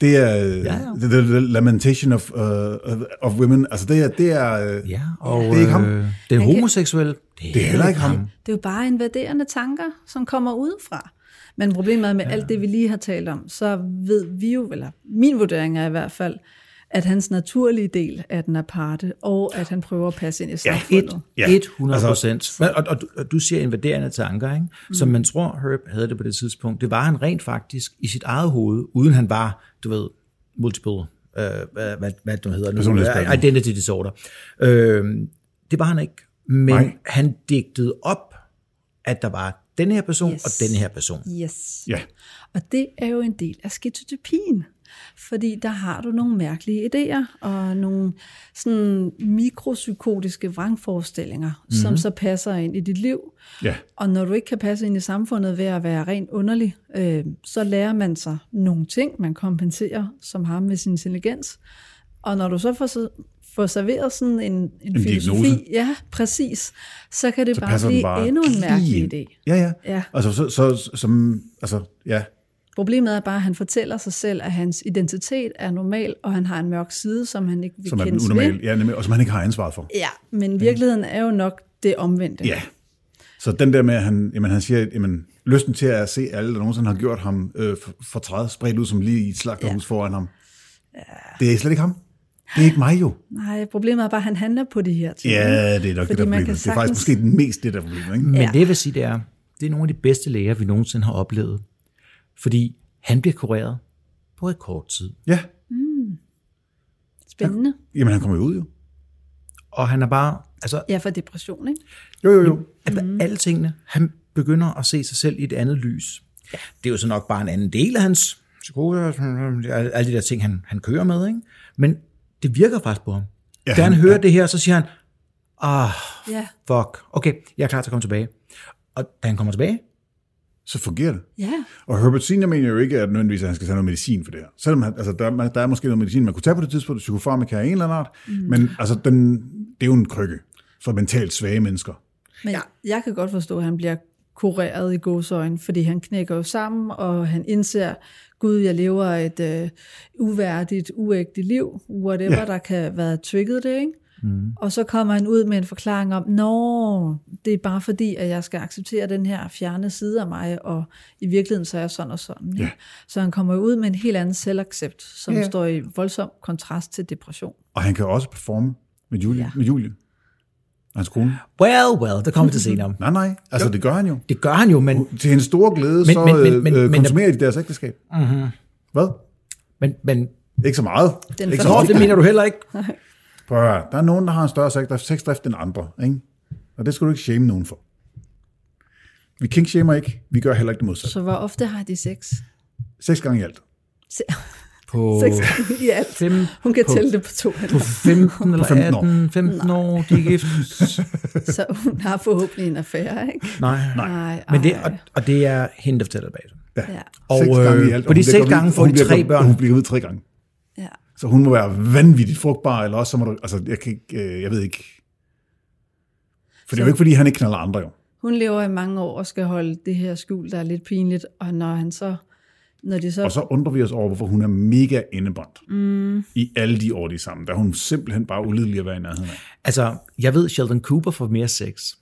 B: det er ja, ja. The, the, the lamentation of, uh, of- of women, altså det er, det er, øh,
A: Ja, og
B: Det er ikke ham.
A: Øh, den homoseksuelle, det
B: det er heller ikke ham.
C: Det er jo bare invaderende tanker, som kommer udefra. Men problemet er med ja. alt det, vi lige har talt om, så ved vi jo, eller min vurdering er i hvert fald, at hans naturlige del er den aparte, og at han prøver at passe ind i samfundet.
A: Et,
B: Ja,
A: ja, 100
B: altså-
A: procent. Altså, og, og, du- og du siger invaderende tanker, ikke? Mm. som man tror, Herb havde det på det tidspunkt. Det var han rent faktisk i sit eget hoved, uden han var, du ved, multiple, øh, hvad, hvad, hvad det nu hedder nu,
B: Personlighedsspørgsmål.
A: identity disorder. Øh, det var han ikke. Men
B: Nej.
A: Nej. han digtede op, at der var den her person yes.
C: Yes.
A: og den her person.
C: Yes.
B: Ja.
C: Og det er jo en del af skizotopien. Fordi der har du nogle mærkelige idéer og nogle sådan mikropsykotiske vrangforestillinger, mm-hmm. som så passer ind i dit liv.
B: Mhm. Ja.
C: Og når du ikke kan passe ind i samfundet ved at være rent underlig, øh, så lærer man sig nogle ting, man kompenserer, som har med sin intelligens. Og når du så får, se- får serveret sådan en, en, en filosofi,
B: diagnose.
C: ja, præcis, så kan det
B: Så
C: bare
B: passer
C: blive
B: den bare
C: endnu en
B: lige
C: mærkelig
B: ind.
C: idé.
B: Ja, ja.
C: Ja.
B: Altså, så, så, som, altså, ja.
C: Problemet er bare, at han fortæller sig selv, at hans identitet er normal, og han har en mørk side, som han ikke vil
B: Som er den
C: kendes
B: unormale,
C: ved.
B: ja, nemlig, og som han ikke har ansvaret for.
C: Ja, men virkeligheden er jo nok det omvendte.
B: Ja. Så den der med, at han, jamen, han siger, at jamen, lysten til at se alle, der nogensinde har gjort ham øh, for- fortræde, spredt ud som lige i et slagterhus ja. foran ham. Ja. Det er slet ikke ham. Det er ikke mig jo.
C: Nej, problemet er bare, at han handler på de her ting.
B: Ja, det er nok
C: Fordi
B: det, der er
C: man
B: problemet.
C: kan
B: Det er faktisk
C: sagtens-
B: måske den mest det, der er problemet. Ikke?
A: Men ja. det jeg vil sige, det er, det er nogle af de bedste læger, vi nogensinde har oplevet. Fordi han bliver kureret på rekordtid.
B: Ja,
C: Spændende.
B: jamen han kommer jo ud jo.
A: Og han er bare, altså
C: Ja, for depression, ikke?
B: Jo, jo, jo.
A: Altså, mm. alle tingene. Han begynder at se sig selv i et andet lys. Ja. Det er jo så nok bare en anden del af hans psykose, øh, alle alle de der ting, han, han kører med, ikke? Men det virker faktisk på ham.
B: Ja,
A: Ja, da han
B: han-
A: hører det her, så siger han, ah,
C: Ja.
A: fuck, okay, jeg er klar til at komme tilbage. Og da han kommer tilbage,
B: så fungerer det.
C: Ja,
B: Og Herbert Senior mener jo ikke, at nødvendigvis at han skal tage noget medicin for det her. Selvom han, altså, der, er- der er måske noget medicin, man kunne tage på det tidspunkt, psykofarmaka af en eller anden art, mm. men altså, den, det er jo en krykke for mentalt svage mennesker.
C: men ja. jeg kan godt forstå, at han bliver kureret i godsøjen, fordi han knækker jo sammen, og han indser, gud, jeg lever et øh, uværdigt, uægte liv, whatever,
B: Ja.
C: ja. der kan være trigget det, ikke? Mm. Og så kommer han ud med en forklaring om, nå, det er bare fordi, at jeg skal acceptere den her fjerne side af mig, og i virkeligheden så er jeg sådan og sådan. Ja. Så han kommer jo ud med en helt anden selvaccept, som
B: Ja.
C: ja. står i voldsom kontrast til depression.
B: Og han kan også performe med Julie. Ja. Med Julie. Og Hans kone.
A: Well, well, der kommer vi til senere.
B: Nej, nej. Altså, jo. det gør han jo.
A: Det gør han jo, men,
B: Til hendes store glæde, men, så
A: men-
B: men,
A: men-
B: men,
A: men-
B: øh,
A: men-
B: konsumerer de deres ægteskab. Mm-hmm. Hvad?
A: men, men
B: Ikke så meget.
C: Den
B: ikke så
A: Nå,
C: første-
B: meget.
A: det mener du heller ikke.
B: Prøv at høre, der er nogen, der har en større sex- sexdrift end andre, ikke? Og det skal du ikke shame nogen for. Vi kinkshamer ikke, vi gør heller ikke det modsatte.
C: Så hvor ofte har de sex?
B: Seks gange i alt.
C: Se-
A: På
C: Seks gange i alt.
A: fem,
C: Hun kan
A: på,
C: tælle det på to hænder,
A: På 15 eller
B: 15 år.
A: 18, 15 år, de er gift.
C: så hun har forhåbentlig en affære, ikke?
A: Nej, nej.
C: Nej,
A: Men det,
C: ej.
A: og, og det er hende, der fortæller bag det.
C: Ja,
A: Og
B: seks gange
A: øh,
B: i alt.
A: på
B: og hun
A: de
B: bliver
A: seks
B: gravid,
A: gange
B: og
A: får
B: hun
A: de
B: bliver
A: tre
B: gravid-
A: børn.
B: og Hun bliver gravid tre gange.
C: ja.
B: Så hun må være vanvittigt frugtbar, eller også så må du... Altså, jeg, kan ikke, øh, jeg ved ikke... For det er jo
C: Så-
B: ikke, fordi han ikke knalder andre, jo.
C: Hun lever i mange år og skal holde det her skjul, der er lidt pinligt, og når han så, når de så,
B: Og så undrer vi os over, hvorfor hun er mega indebrændt. Mm. I alle de år, de er sammen. Der er hun simpelthen bare ulidelig at være i nærheden af.
A: Altså, jeg ved, Sheldon Cooper får mere sex.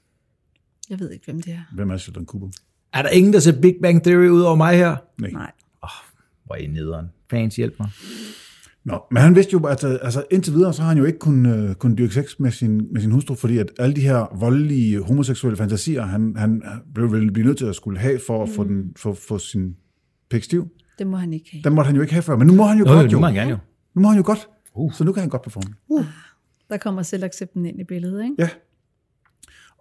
C: jeg ved ikke, hvem det er.
B: Hvem er Sheldon Cooper?
A: Er der ingen, der ser Big Bang Theory ud over mig her?
B: Nej.
C: Nej.
A: Hvor er I nederen? Fans, hjælp mig.
B: Nå, men han vidste jo, at øh, altså, indtil videre, så har han jo ikke kun, øh, kun dyrke sex med sin, med sin hustru, fordi at alle de her voldelige øh, homoseksuelle fantasier, han, han blev, ville blive nødt til at skulle have for at få,
A: Mm.
B: den, for, for sin pik stiv.
C: Det må han ikke have.
B: Den måtte han jo ikke have før, men nu må han jo
A: Nå,
B: godt,
A: det
B: jo.
A: må han gerne jo.
B: Nu må han jo godt. Uh. Så nu kan han godt performe.
C: Der kommer selvaccepten ind i billedet, ikke?
B: Ja.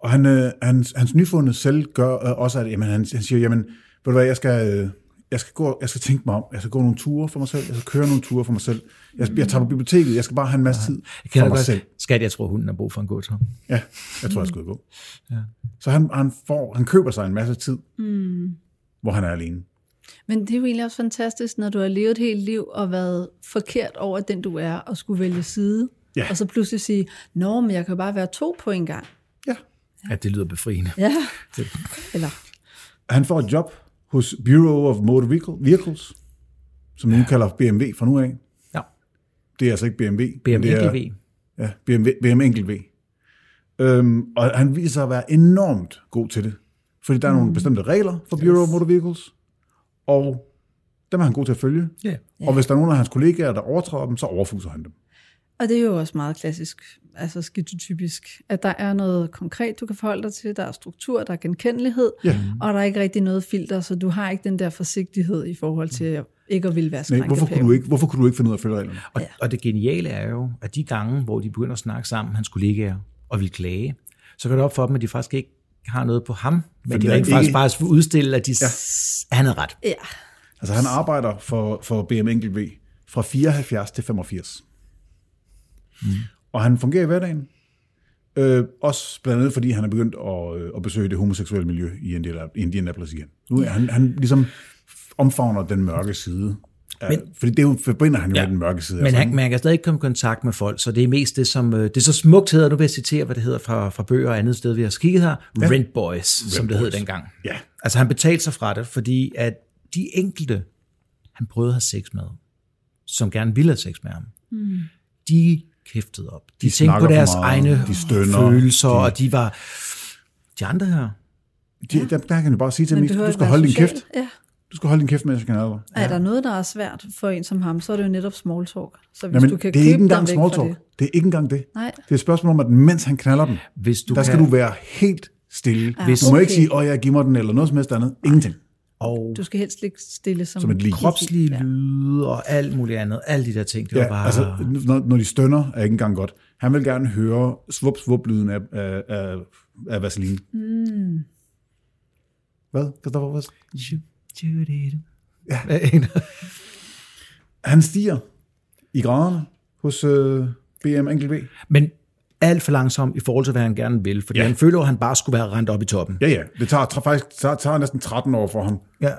B: Og han, øh, hans, hans nyfundne selv gør øh, også, at jamen, han, han siger, jamen, ved du hvad, jeg skal, øh, jeg, skal gå, jeg skal tænke mig om, jeg skal gå nogle ture for mig selv, jeg skal køre nogle ture for mig selv, jeg, jeg tager på biblioteket, jeg skal bare have en masse tid
A: Jeg
B: for
A: kender
B: mig
A: godt.
B: selv.
A: Skat, jeg tror, hunden har brug for en god tur.
B: Ja, jeg tror, jeg skulle gå. Mm. Ja. Så han, han, får, han køber sig en masse tid, mm. hvor han er alene.
C: Men det er jo egentlig også fantastisk, når du har levet et helt liv og været forkert over den, du er, og skulle vælge side.
B: Ja.
C: Og så pludselig sige, nå, men jeg kan jo bare være to på en gang.
B: Ja.
A: Ja, det lyder befriende.
C: Ja. Eller,
B: Han får et job hos Bureau of Motor Vehicle- Vehicles, som nu kalder BMW fra nu af.
A: Ja,
B: Det er altså ikke BMW. men
A: BM
B: det er-
A: EGV.
B: Ja, BM, BM enkelt V. Øhm, og han viser sig at være enormt god til det. Fordi der er nogle bestemte regler for Bureau of Motor Vehicles, og dem er han god til at følge.
A: Ja.
B: Og hvis der er nogen af hans kollegaer, der overtræder dem, så overfuser han dem.
C: Og det er jo også meget klassisk, altså skizotypisk, at der er noget konkret, du kan forholde dig til, der er struktur, der er genkendelighed,
B: Ja.
C: og der er ikke rigtig noget filter, så du har ikke den der forsigtighed i forhold til ikke at ville være
B: Nej,
C: skrænket
B: hvorfor, kunne du ikke, hvorfor kunne du ikke finde ud af at følge reglerne?
A: Og, ja. og det geniale er jo, at de gange, hvor de begynder at snakke sammen, hans kollegaer, og vil klage, så går det op for dem, at de faktisk ikke har noget på ham, men
B: det
A: de
B: er
A: rent
B: ikke-
A: faktisk bare vil udstille, at de ja. han havde ret.
C: Ja,
B: Altså han arbejder for, for BM enkelt V fra 74 til 85. Mm. Og han fungerer i hverdagen. Øh, også blandt andet, fordi han er begyndt at, øh, at besøge det homoseksuelle miljø i Indiana- Indianapolis igen. Nu er han, han ligesom omfavner den mørke side. Men, fordi det er jo, forbinder han jo ja,
A: Ja.
B: med den mørke side.
A: Men
B: altså,
A: han,
B: ikke?
A: men han kan stadig ikke komme i kontakt med folk, så det er mest det, som... øh, Det er så smukt hedder, nu vil jeg citere, hvad det hedder fra, fra bøger og andet sted, vi har skikket her. Ja. Rent Boys, Rent som det hed
B: Boys.
A: dengang.
B: Ja.
A: Altså han betalte sig fra det, fordi at de enkelte, han prøvede at have sex med, som gerne ville have sex med ham, mm. de kæftede op. De, de tænkte
B: snakker
A: på
B: for
A: deres
B: meget,
A: egne
B: de stønner,
A: følelser, de... og de var... De andre her,
B: De, der, der kan han jo bare sige til
C: men
B: mig,
C: behøver
B: du
C: ikke
B: skal
C: være
B: holde din
C: social.
B: kæft.
C: Ja.
B: Du skal holde din kæft, mens jeg kan advare.
C: Ja. Er der noget, der er svært for en som ham, så er det jo netop small talk. Så hvis
B: Jamen,
C: du kan
B: det er
C: købe
B: ikke engang
C: dig væk
B: small
C: fra
B: talk.
C: det.
B: Det er ikke engang det.
C: Nej.
B: Det er et spørgsmål om, at mens han knaller dem,
A: hvis du
B: der skal
A: kan,
B: du være helt stille. Ja,
A: Hvis-
B: du må
C: okay.
B: ikke sige, åh, jeg giver mig den, eller noget som helst andet. Ingenting.
A: og
C: Du skal helst ligge stille som,
B: Som et lig.
A: kropslige lyde og alt muligt andet, alle de der ting, det var
B: Ja,
A: bare...
B: altså, når, når de stønner, er ikke engang godt. Han vil gerne høre svup svup lyden af, af, af, af vaseline. Mm. Hvad, Christoffer? Hvad?
A: Ja.
B: Han stiger i graderne hos øh, BM Enkel V.
A: Men alt for langsom i forhold til, hvad han gerne vil. Fordi ja. han føler, at han bare skulle være rent op i toppen.
B: Ja, ja. Det tager, tager faktisk tager, tager næsten 13 år for ham. Øh,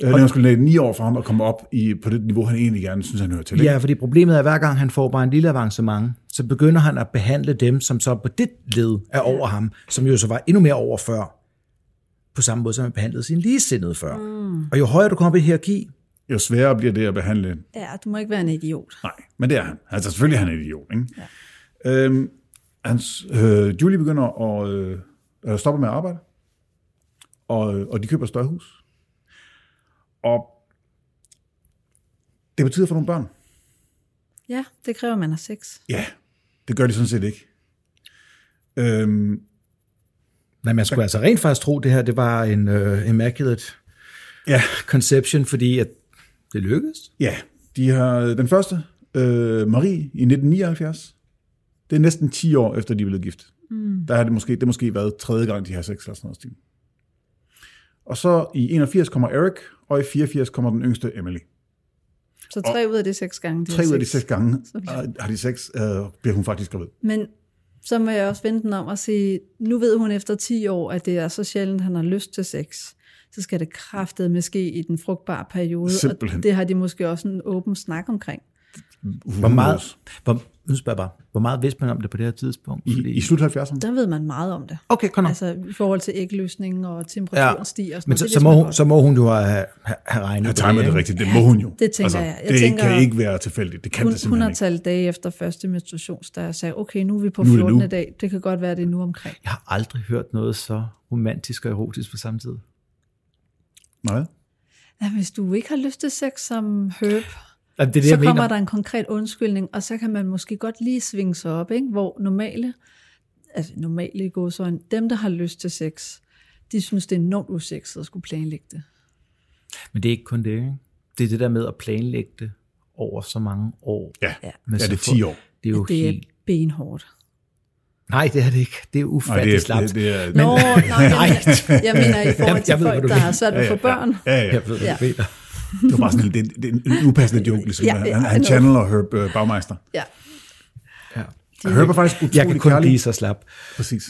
A: Ja.
B: Eller han skulle 9 år for ham at komme op i, på det niveau, han egentlig gerne synes, han hører til. Ikke?
A: Ja, fordi problemet er, at hver gang han får bare en lille avancement, så begynder han at behandle dem, som så på det led er over ham, som jo så var endnu mere over før, på samme måde, som han behandlede sin ligesindede før. Mm. Og jo højere du kommer op i et hierarki,
B: Jo sværere bliver det at behandle.
C: Ja, du må ikke være en idiot.
B: Nej, men det er han. Altså selvfølgelig er han en idiot. Ikke? Ja. Øhm, hans, øh, Julie begynder at øh, øh, stoppe med at arbejde, og, øh, og de køber et størhus. Og det betyder for nogle børn.
C: Ja, det kræver, at man har sex.
B: Ja, det gør de sådan set ikke. Øhm,
A: men man skulle altså rent faktisk tro, det her det var en uh, immaculate
B: ja,
A: conception, fordi at det lykkedes.
B: ja, de har den første, øh, Marie, i 1979. Det er næsten 10 år efter, de er blevet gift. Mm. Der har det måske, det har måske været tredje gang, de har sex eller sådan noget. stil. Og så i 81 kommer Eric, og i 84 kommer den yngste Emily.
C: Så tre ud af de seks gange, de
B: Tre
C: har
B: ud af de
C: sex.
B: seks gange øh, har de sex, øh, bliver hun faktisk gravid.
C: Men så må jeg også vende den om og sige, nu ved hun efter 10 år, at det er så sjældent, han har lyst til sex. Så skal det kraftedeme ske i den frugtbare periode.
B: Simpelthen.
C: Og det har de måske også en åben snak omkring.
A: Hvor meget, hvor, nu spørger jeg bare, hvor meget vidste man om det på det her tidspunkt?
B: I, i slut 70'erne?
C: Der ved man meget om det.
A: okay, kom nu.
C: Altså i forhold til ægløsningen og temperaturen ja. stiger. Og sådan
A: Men
C: noget.
A: så,
C: Det
A: så,
C: vidste
A: må
C: man
A: hun,
C: godt.
A: så må hun jo have, have, have regnet
B: Jeg
A: på
B: timer det
A: ikke?
B: rigtigt, det må hun jo.
C: det tænker jeg. Jeg
B: Altså, det
C: tænker-
B: kan ikke være tilfældigt, det kan
C: hun,
B: det
C: hun
B: simpelthen
C: har
B: ikke.
C: talt dage efter første menstruations, der jeg sagde, okay, nu er vi på
B: Nu er det
C: 14.
B: nu.
C: dag. Det kan godt være, det er nu omkring.
A: Jeg har aldrig hørt noget så romantisk og erotisk på samme tid.
B: Nej.
C: Ja, hvis du ikke har lyst til sex som herb,
A: Altså, det er det,
C: så
A: jeg
C: kommer
A: mener.
C: der en konkret undskyldning, og så kan man måske godt lige svinge sig op, ikke? hvor normale, altså normale i gåsøjne, dem der har lyst til sex, de synes, det er enormt usekset at skulle planlægge det.
A: Men det er ikke kun det, ikke? Det er det der med at planlægge det over så mange år.
B: Ja,
C: Ja.
A: Men
B: ja
A: så
B: det
A: få-
B: er 10 år.
A: Det er jo
C: Det er
A: helt...
C: benhårdt.
A: Nej, det er det ikke. Det er
B: Nej, det
A: ufattelig
B: er,
A: slapt.
B: det, det er,
C: Nå, nej,
A: Nej.
C: jeg, mener, jeg mener i forhold
A: Jeg-
C: til
A: jeg ved, hvad
C: folk,
A: du
C: der
A: mener.
C: har svært ved at få børn.
B: ja, ja, ja.
A: Jeg ved, hvad du
C: Ja.
A: mener.
B: Det var bare sådan en, det, det er en upassende joke, ligesom.
C: Ja,
B: Ja,
C: ja,
B: ja, han, han
C: I know.
B: channeler Herb øh, Bagmeister.
C: Ja.
A: Ja.
B: Herb er faktisk utrolig
A: Jeg kan kun
B: kærlig.
A: blive så slap.
B: Præcis.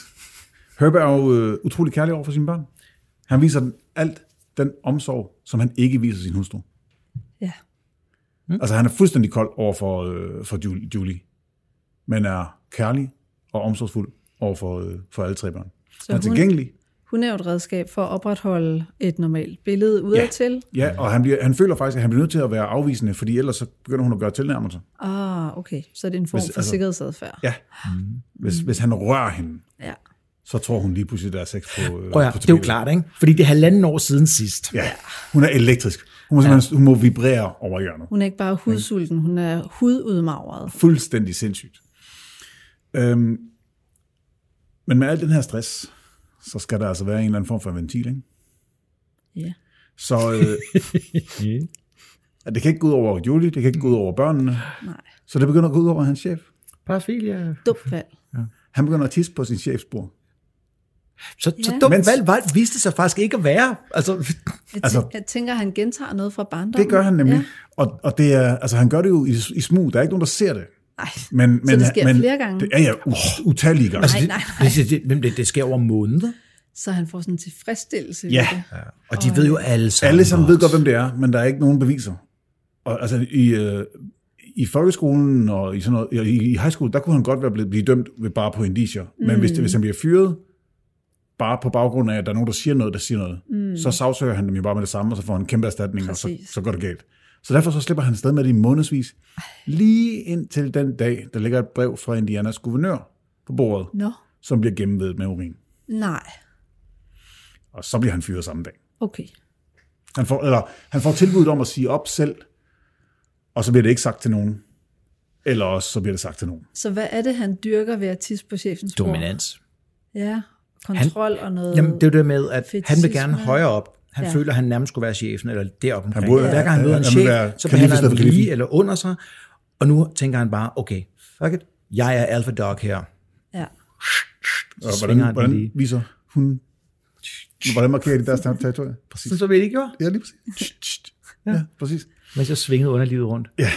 B: Herb er jo øh, utrolig kærlig over for sine børn. Han viser den, alt den omsorg, som han ikke viser sin hustru.
C: ja.
B: Mm. Altså, han er fuldstændig kold over for, øh, for Julie, Julie, men er kærlig og omsorgsfuld over for, øh, for alle tre børn. Så han er
C: hun-
B: tilgængelig,
C: Hun er jo et redskab for at opretholde et normalt billede udadtil. Ja.
B: ja, og han, bliver, han føler faktisk, at han bliver nødt til at være afvisende, fordi ellers så begynder hun at gøre tilnærmelser.
C: Ah, okay. Så er det en form
B: Hvis-
C: for
B: altså-
C: sikkerhedsadfærd.
B: Ja, hvis, mm. hvis han rører hende,
C: ja.
B: så tror hun lige pludselig, der er sex på, øh,
A: Og ja,
B: på
A: det er jo
B: tapetet.
A: klart, ikke? Fordi det er halvanden år siden sidst.
B: Ja, hun er elektrisk. Hun må, ja. hun må vibrere over hjørnet.
C: Hun er ikke bare hudsulten, hun er hududmagret.
B: Fuldstændig sindssygt. Øhm, men med al den her stress, så skal der altså være en eller anden form for ventil, ikke?
C: Ja.
B: Så øh, at det kan ikke gå ud over Julie, det kan ikke gå ud over børnene.
C: Nej.
B: Så det begynder at gå ud over hans chef.
A: Parafilia.
C: Dumt valg.
B: Han begynder at tisse på sin chefsbord.
A: Så, så
C: Ja.
A: dumt
B: Mens-
A: valg var, viste det sig faktisk ikke at være. Altså,
C: Jeg,
B: Altså-
C: altså, jeg tænker, han gentager noget fra barndommen.
B: Det gør han nemlig.
C: Ja.
B: Ja. Og, og det er, altså, han gør det jo i, i smug. Der er ikke nogen, der ser det.
C: Nej,
B: Men, men,
C: det sker
B: men,
C: flere gange?
B: Det, ja, ja, u- utallige
A: Altså,
B: gange.
C: Nej, nej, nej.
A: det, det, det, det, det sker over måneder.
C: Så han får sådan en tilfredsstillelse. ved
B: Ja.
C: det.
A: Og de ved jo alle sammen.
B: Alle sammen ved
A: også.
B: godt, hvem det er, men der er ikke nogen beviser. Og, altså, i, øh, i folkeskolen og i, sådan noget, ja, i, i high school, der kunne han godt være blevet blive dømt ved bare på indicier. Mm. Men hvis, det, hvis han bliver fyret, bare på baggrund af, at der er nogen, der siger noget, der siger noget, mm. så sagsøger han dem jo bare med det samme, og så får han en kæmpe erstatning, og
C: Præcis.
B: så, så går det galt. Så derfor så slipper han afsted med det i månedsvis. Lige indtil den dag, der ligger et brev fra Indianas guvernør på bordet,
C: Nå,
B: som bliver gennemvedet med urin.
C: nej.
B: Og så bliver han fyret samme dag.
C: Okay.
B: Han får, eller, han får tilbuddet om at sige op selv, og så bliver det ikke sagt til nogen. Eller også, så bliver det sagt til nogen.
C: Så hvad er det, han dyrker ved at tisse på chefens bord?
A: Dominans.
C: Ja, kontrol han, og noget...
A: Jamen, det er jo det med, at han vil gerne
C: Fetishisme.
A: højere op. Han
C: Ja.
A: ja. føler, at han nærmest skulle være chefen, eller deroppe omkring.
B: burde-
A: Hver gang han
B: ja,
A: møder en
B: han vil
A: chef,
B: være
A: så
B: kalif i
A: behandler han
B: stedet
A: ham
B: for
A: lige
B: kalifen.
A: eller under sig. Og nu tænker han bare, okay, fuck it, jeg er alpha dog her.
C: ja.
B: Og
A: svinger
B: hvordan,
A: den
B: hvordan
A: lige.
B: viser hun... Hvordan markerer de deres territorier? Præcis.
A: Så så ved det gjorde,
B: Ja, lige præcis. Ja, præcis.
A: mens jeg svingede underlivet rundt.
B: Ja.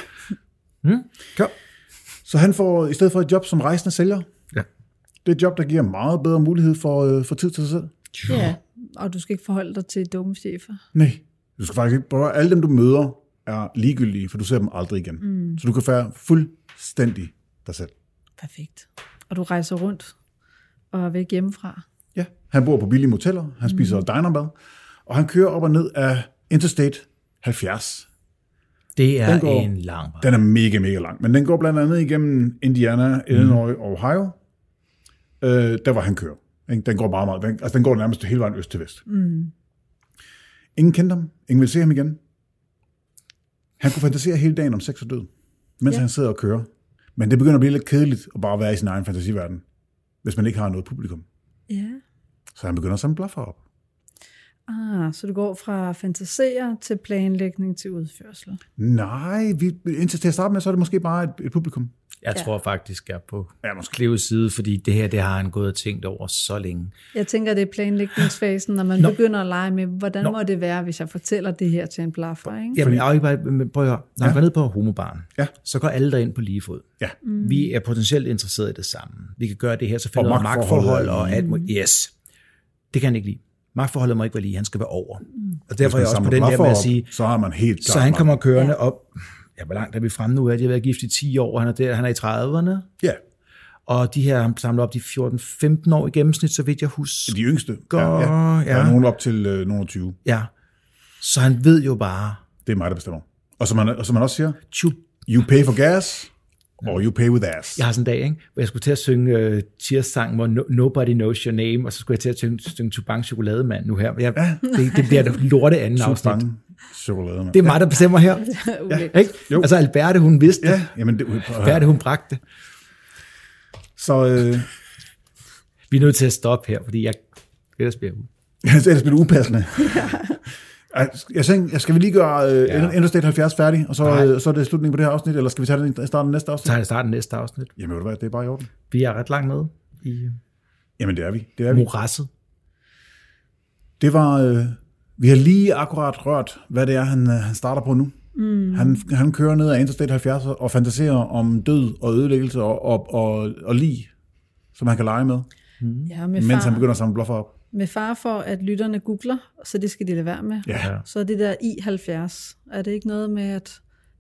A: Hmm? Kør.
B: Så han får, i stedet for et job som rejsende sælger,
A: Ja.
B: Det er et job, der giver meget bedre mulighed for, øh, for tid til sig selv.
C: Ja, og du skal ikke forholde dig til dumme chefer.
B: Nej. Du skal faktisk ikke prøve. Alle dem, du møder, er ligegyldige, for du ser dem aldrig igen. Mm. Så du kan være fuldstændig dig selv.
C: Perfekt. Og du rejser rundt og er væk hjemmefra.
B: Ja. Han bor på billige moteller, han spiser mm. dinermad, og han kører op og ned af Interstate 70.
A: Det er
B: Den går-
A: en lang vej.
B: Den er mega, mega lang, men den går blandt andet igennem Indiana, Illinois og Ohio. Øh, der var han kører. Ikke? Den går meget, meget. Den, altså, den går nærmest hele vejen øst til vest. Mm. Ingen kendte ham. Ingen vil se ham igen. Han kunne fantasere hele dagen om sex og død, mens ja. han sidder og kører. Men det begynder at blive lidt kedeligt at bare være i sin egen fantasiverden, hvis man ikke har noget publikum.
C: Ja.
B: Så han begynder at samle blaffer op.
C: Ah, så du går fra fantaserer til planlægning til udførsel.
B: Nej, vi, indtil til at starte med, så er det måske bare et, et publikum.
A: Jeg tror faktisk, jeg er på
B: Ja, måske.
A: Cleves side, fordi det her, det har han gået og tænkt over så længe.
C: Jeg tænker, det er planlægningsfasen, når man Nå. begynder at lege med, hvordan Nå. må det være, hvis jeg fortæller det her til en blaffer, ikke?
A: Jamen, jeg er jo ikke bare, men prøv at høre. Når han går ned på homobaren,
B: Ja.
A: så går alle derind på lige fod.
B: Ja.
A: Mm. Vi er potentielt interesseret i det samme. Vi kan gøre det her, så finder
B: Og
A: vi
B: magtforholdet
A: magtforhold
B: er
A: og alt muligt. Yes. Det kan han ikke lide. Magtforholdet må ikke være lige, han skal være over. Og derfor er jeg også
B: Mm. Samler
A: på den der
B: blaffer
A: med at
B: op,
A: sige,
B: Så har man helt
A: så
B: klart
A: han kommer
B: mange.
A: kørende op. Ja, hvor langt er vi fremme nu? Er de har været gift i 10 år, han er, der, han er i 30'erne.
B: Ja,
A: Og de her, han samler op de 14-15 år i gennemsnit, så vidt jeg husker.
B: de yngste.
A: Går-
B: ja, ja. Der er
A: ja.
B: nogen op til øh, nogen 20.
A: Ja. Så han ved jo bare,
B: Det er mig, der bestemmer. Og som man, og som man også siger,
A: tju,
B: you pay for gas, or you pay with ass.
A: jeg har sådan en dag, ikke? hvor jeg skulle til at synge uh, Cheers-sang, hvor no, Nobody Knows Your Name, og så skulle jeg til at synge, synge Tubang Chokolademand nu her. Jeg, det, det, bliver et lorte anden afsnit.
B: Bange chokolade, mand.
A: Det er mig, der bestemmer her.
C: Ulækkert.
A: Ikke?
B: Jo.
A: Altså Alberte, hun vidste det.
B: Ja, jamen det,
A: Alberte, hun bragte det.
B: så øh,
A: Vi er nødt til at stoppe her, fordi jeg ellers bliver jeg ud.
B: ellers bliver det upassende. Ej, Jeg tænkte, jeg skal vi lige gøre øh,
A: Ja.
B: ja. Interstate 70 færdig, og så,
A: Nej.
B: øh, så er det slutningen på det her afsnit, eller skal vi tage den i starten af næste
A: Så
B: afsnit?
A: har jeg startet næste afsnit.
B: Jamen ved du hvad, det er bare i orden.
A: Vi er ret langt nede i øh,
B: Jamen det er vi, det er vi.
A: morasset.
B: Det var, øh, vi har lige akkurat rørt, hvad det er, han, øh, han starter på nu. Mm. Han, han kører ned ad Interstate 70 og fantaserer om død og ødelæggelse og, og, og, og lig, som han kan lege med,
C: Ja, med
B: mens han
C: far,
B: begynder at samle bluffer op.
C: med far for, at lytterne googler, så det skal de lade være med.
B: Ja. ja.
C: Så er det der I70, er det ikke noget med, at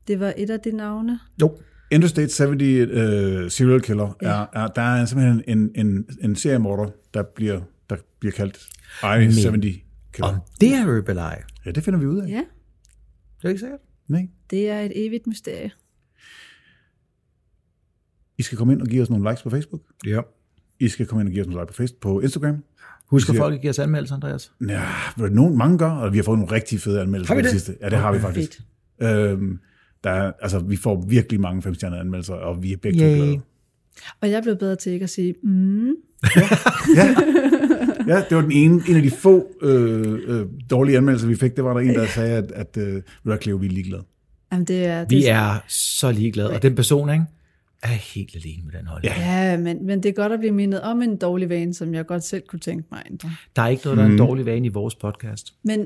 C: det var et af de navne?
A: Jo,
B: Interstate 70 øh, serial killer, er, er, der er simpelthen en, en, en seriemorder, der bliver, der bliver kaldt I-70
A: om
B: killer.
A: det er Herbalife.
B: Ja, det finder vi ud af.
C: Ja,
A: Det er ikke sikkert.
B: Nej.
C: det er et evigt mysterie.
B: I skal komme ind og give os nogle likes på Facebook.
A: Ja.
B: I skal komme ind og give os nogle likes på, Facebook, på Instagram.
A: Husk, at
B: siger-
A: folk ikke giver os anmeldelser, Andreas.
B: Ja, ved du, nogen, mange gør, og vi har fået nogle rigtig fede anmeldelser
A: Har vi
B: på
A: det?
B: sidste. Ja, det har vi faktisk. Øhm, der er, altså, vi får virkelig mange femstjernede anmeldelser, og vi er begge
A: Yay.
B: to glade.
C: Og jeg blev bedre til ikke at sige, mm,
B: Ja, det var den ene, en af de få øh, øh, dårlige anmeldelser, vi fik. Det var der en, der sagde, at, at øh, ved du, hvad, Cleo, vi er ligeglade.
C: jamen det er...
A: Vi
C: det
A: er så ligeglade. Og den person, ikke? Er helt alene med den holdning. Ja.
C: Ja, men, men det er godt at blive mindet om en dårlig vane, som jeg godt selv kunne tænke mig at ændre.
A: Der er ikke noget, der er en dårlig vane i vores podcast.
C: Men ved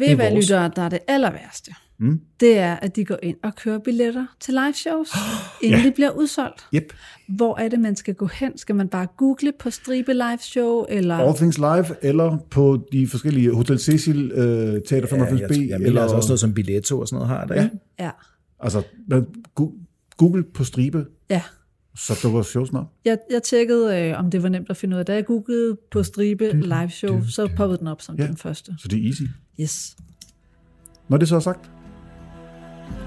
A: Det
C: I
A: er
C: hvad,
A: vores.
C: lyttere, der er det aller værste? Mm. Det er, at de går ind og kører billetter til live shows, inden de bliver udsolgt.
B: Yep.
C: Hvor er det, man skal gå hen? Skal man bare google på Stribe Live Show? Eller...
B: All Things Live, eller på de forskellige Hotel Cecil, øh, Teater 95B,
A: jeg mener
B: eller
A: altså også noget som Billetto og sådan noget har der. Ja.
C: Ja.
B: altså, man- gu- Google på stribe,
C: ja.
B: så dukker shows op.
C: Jeg, jeg tjekkede, øh, om det var nemt at finde ud af. Da jeg googlede på Stribe
A: Mm.
C: Live Show, så poppede den op som
B: Ja.
C: den første.
B: Så det er easy.
C: Yes.
B: Når det så er sagt,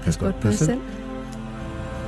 B: pas
C: Godt
B: godt
C: på jer
B: pas selv.
C: selv.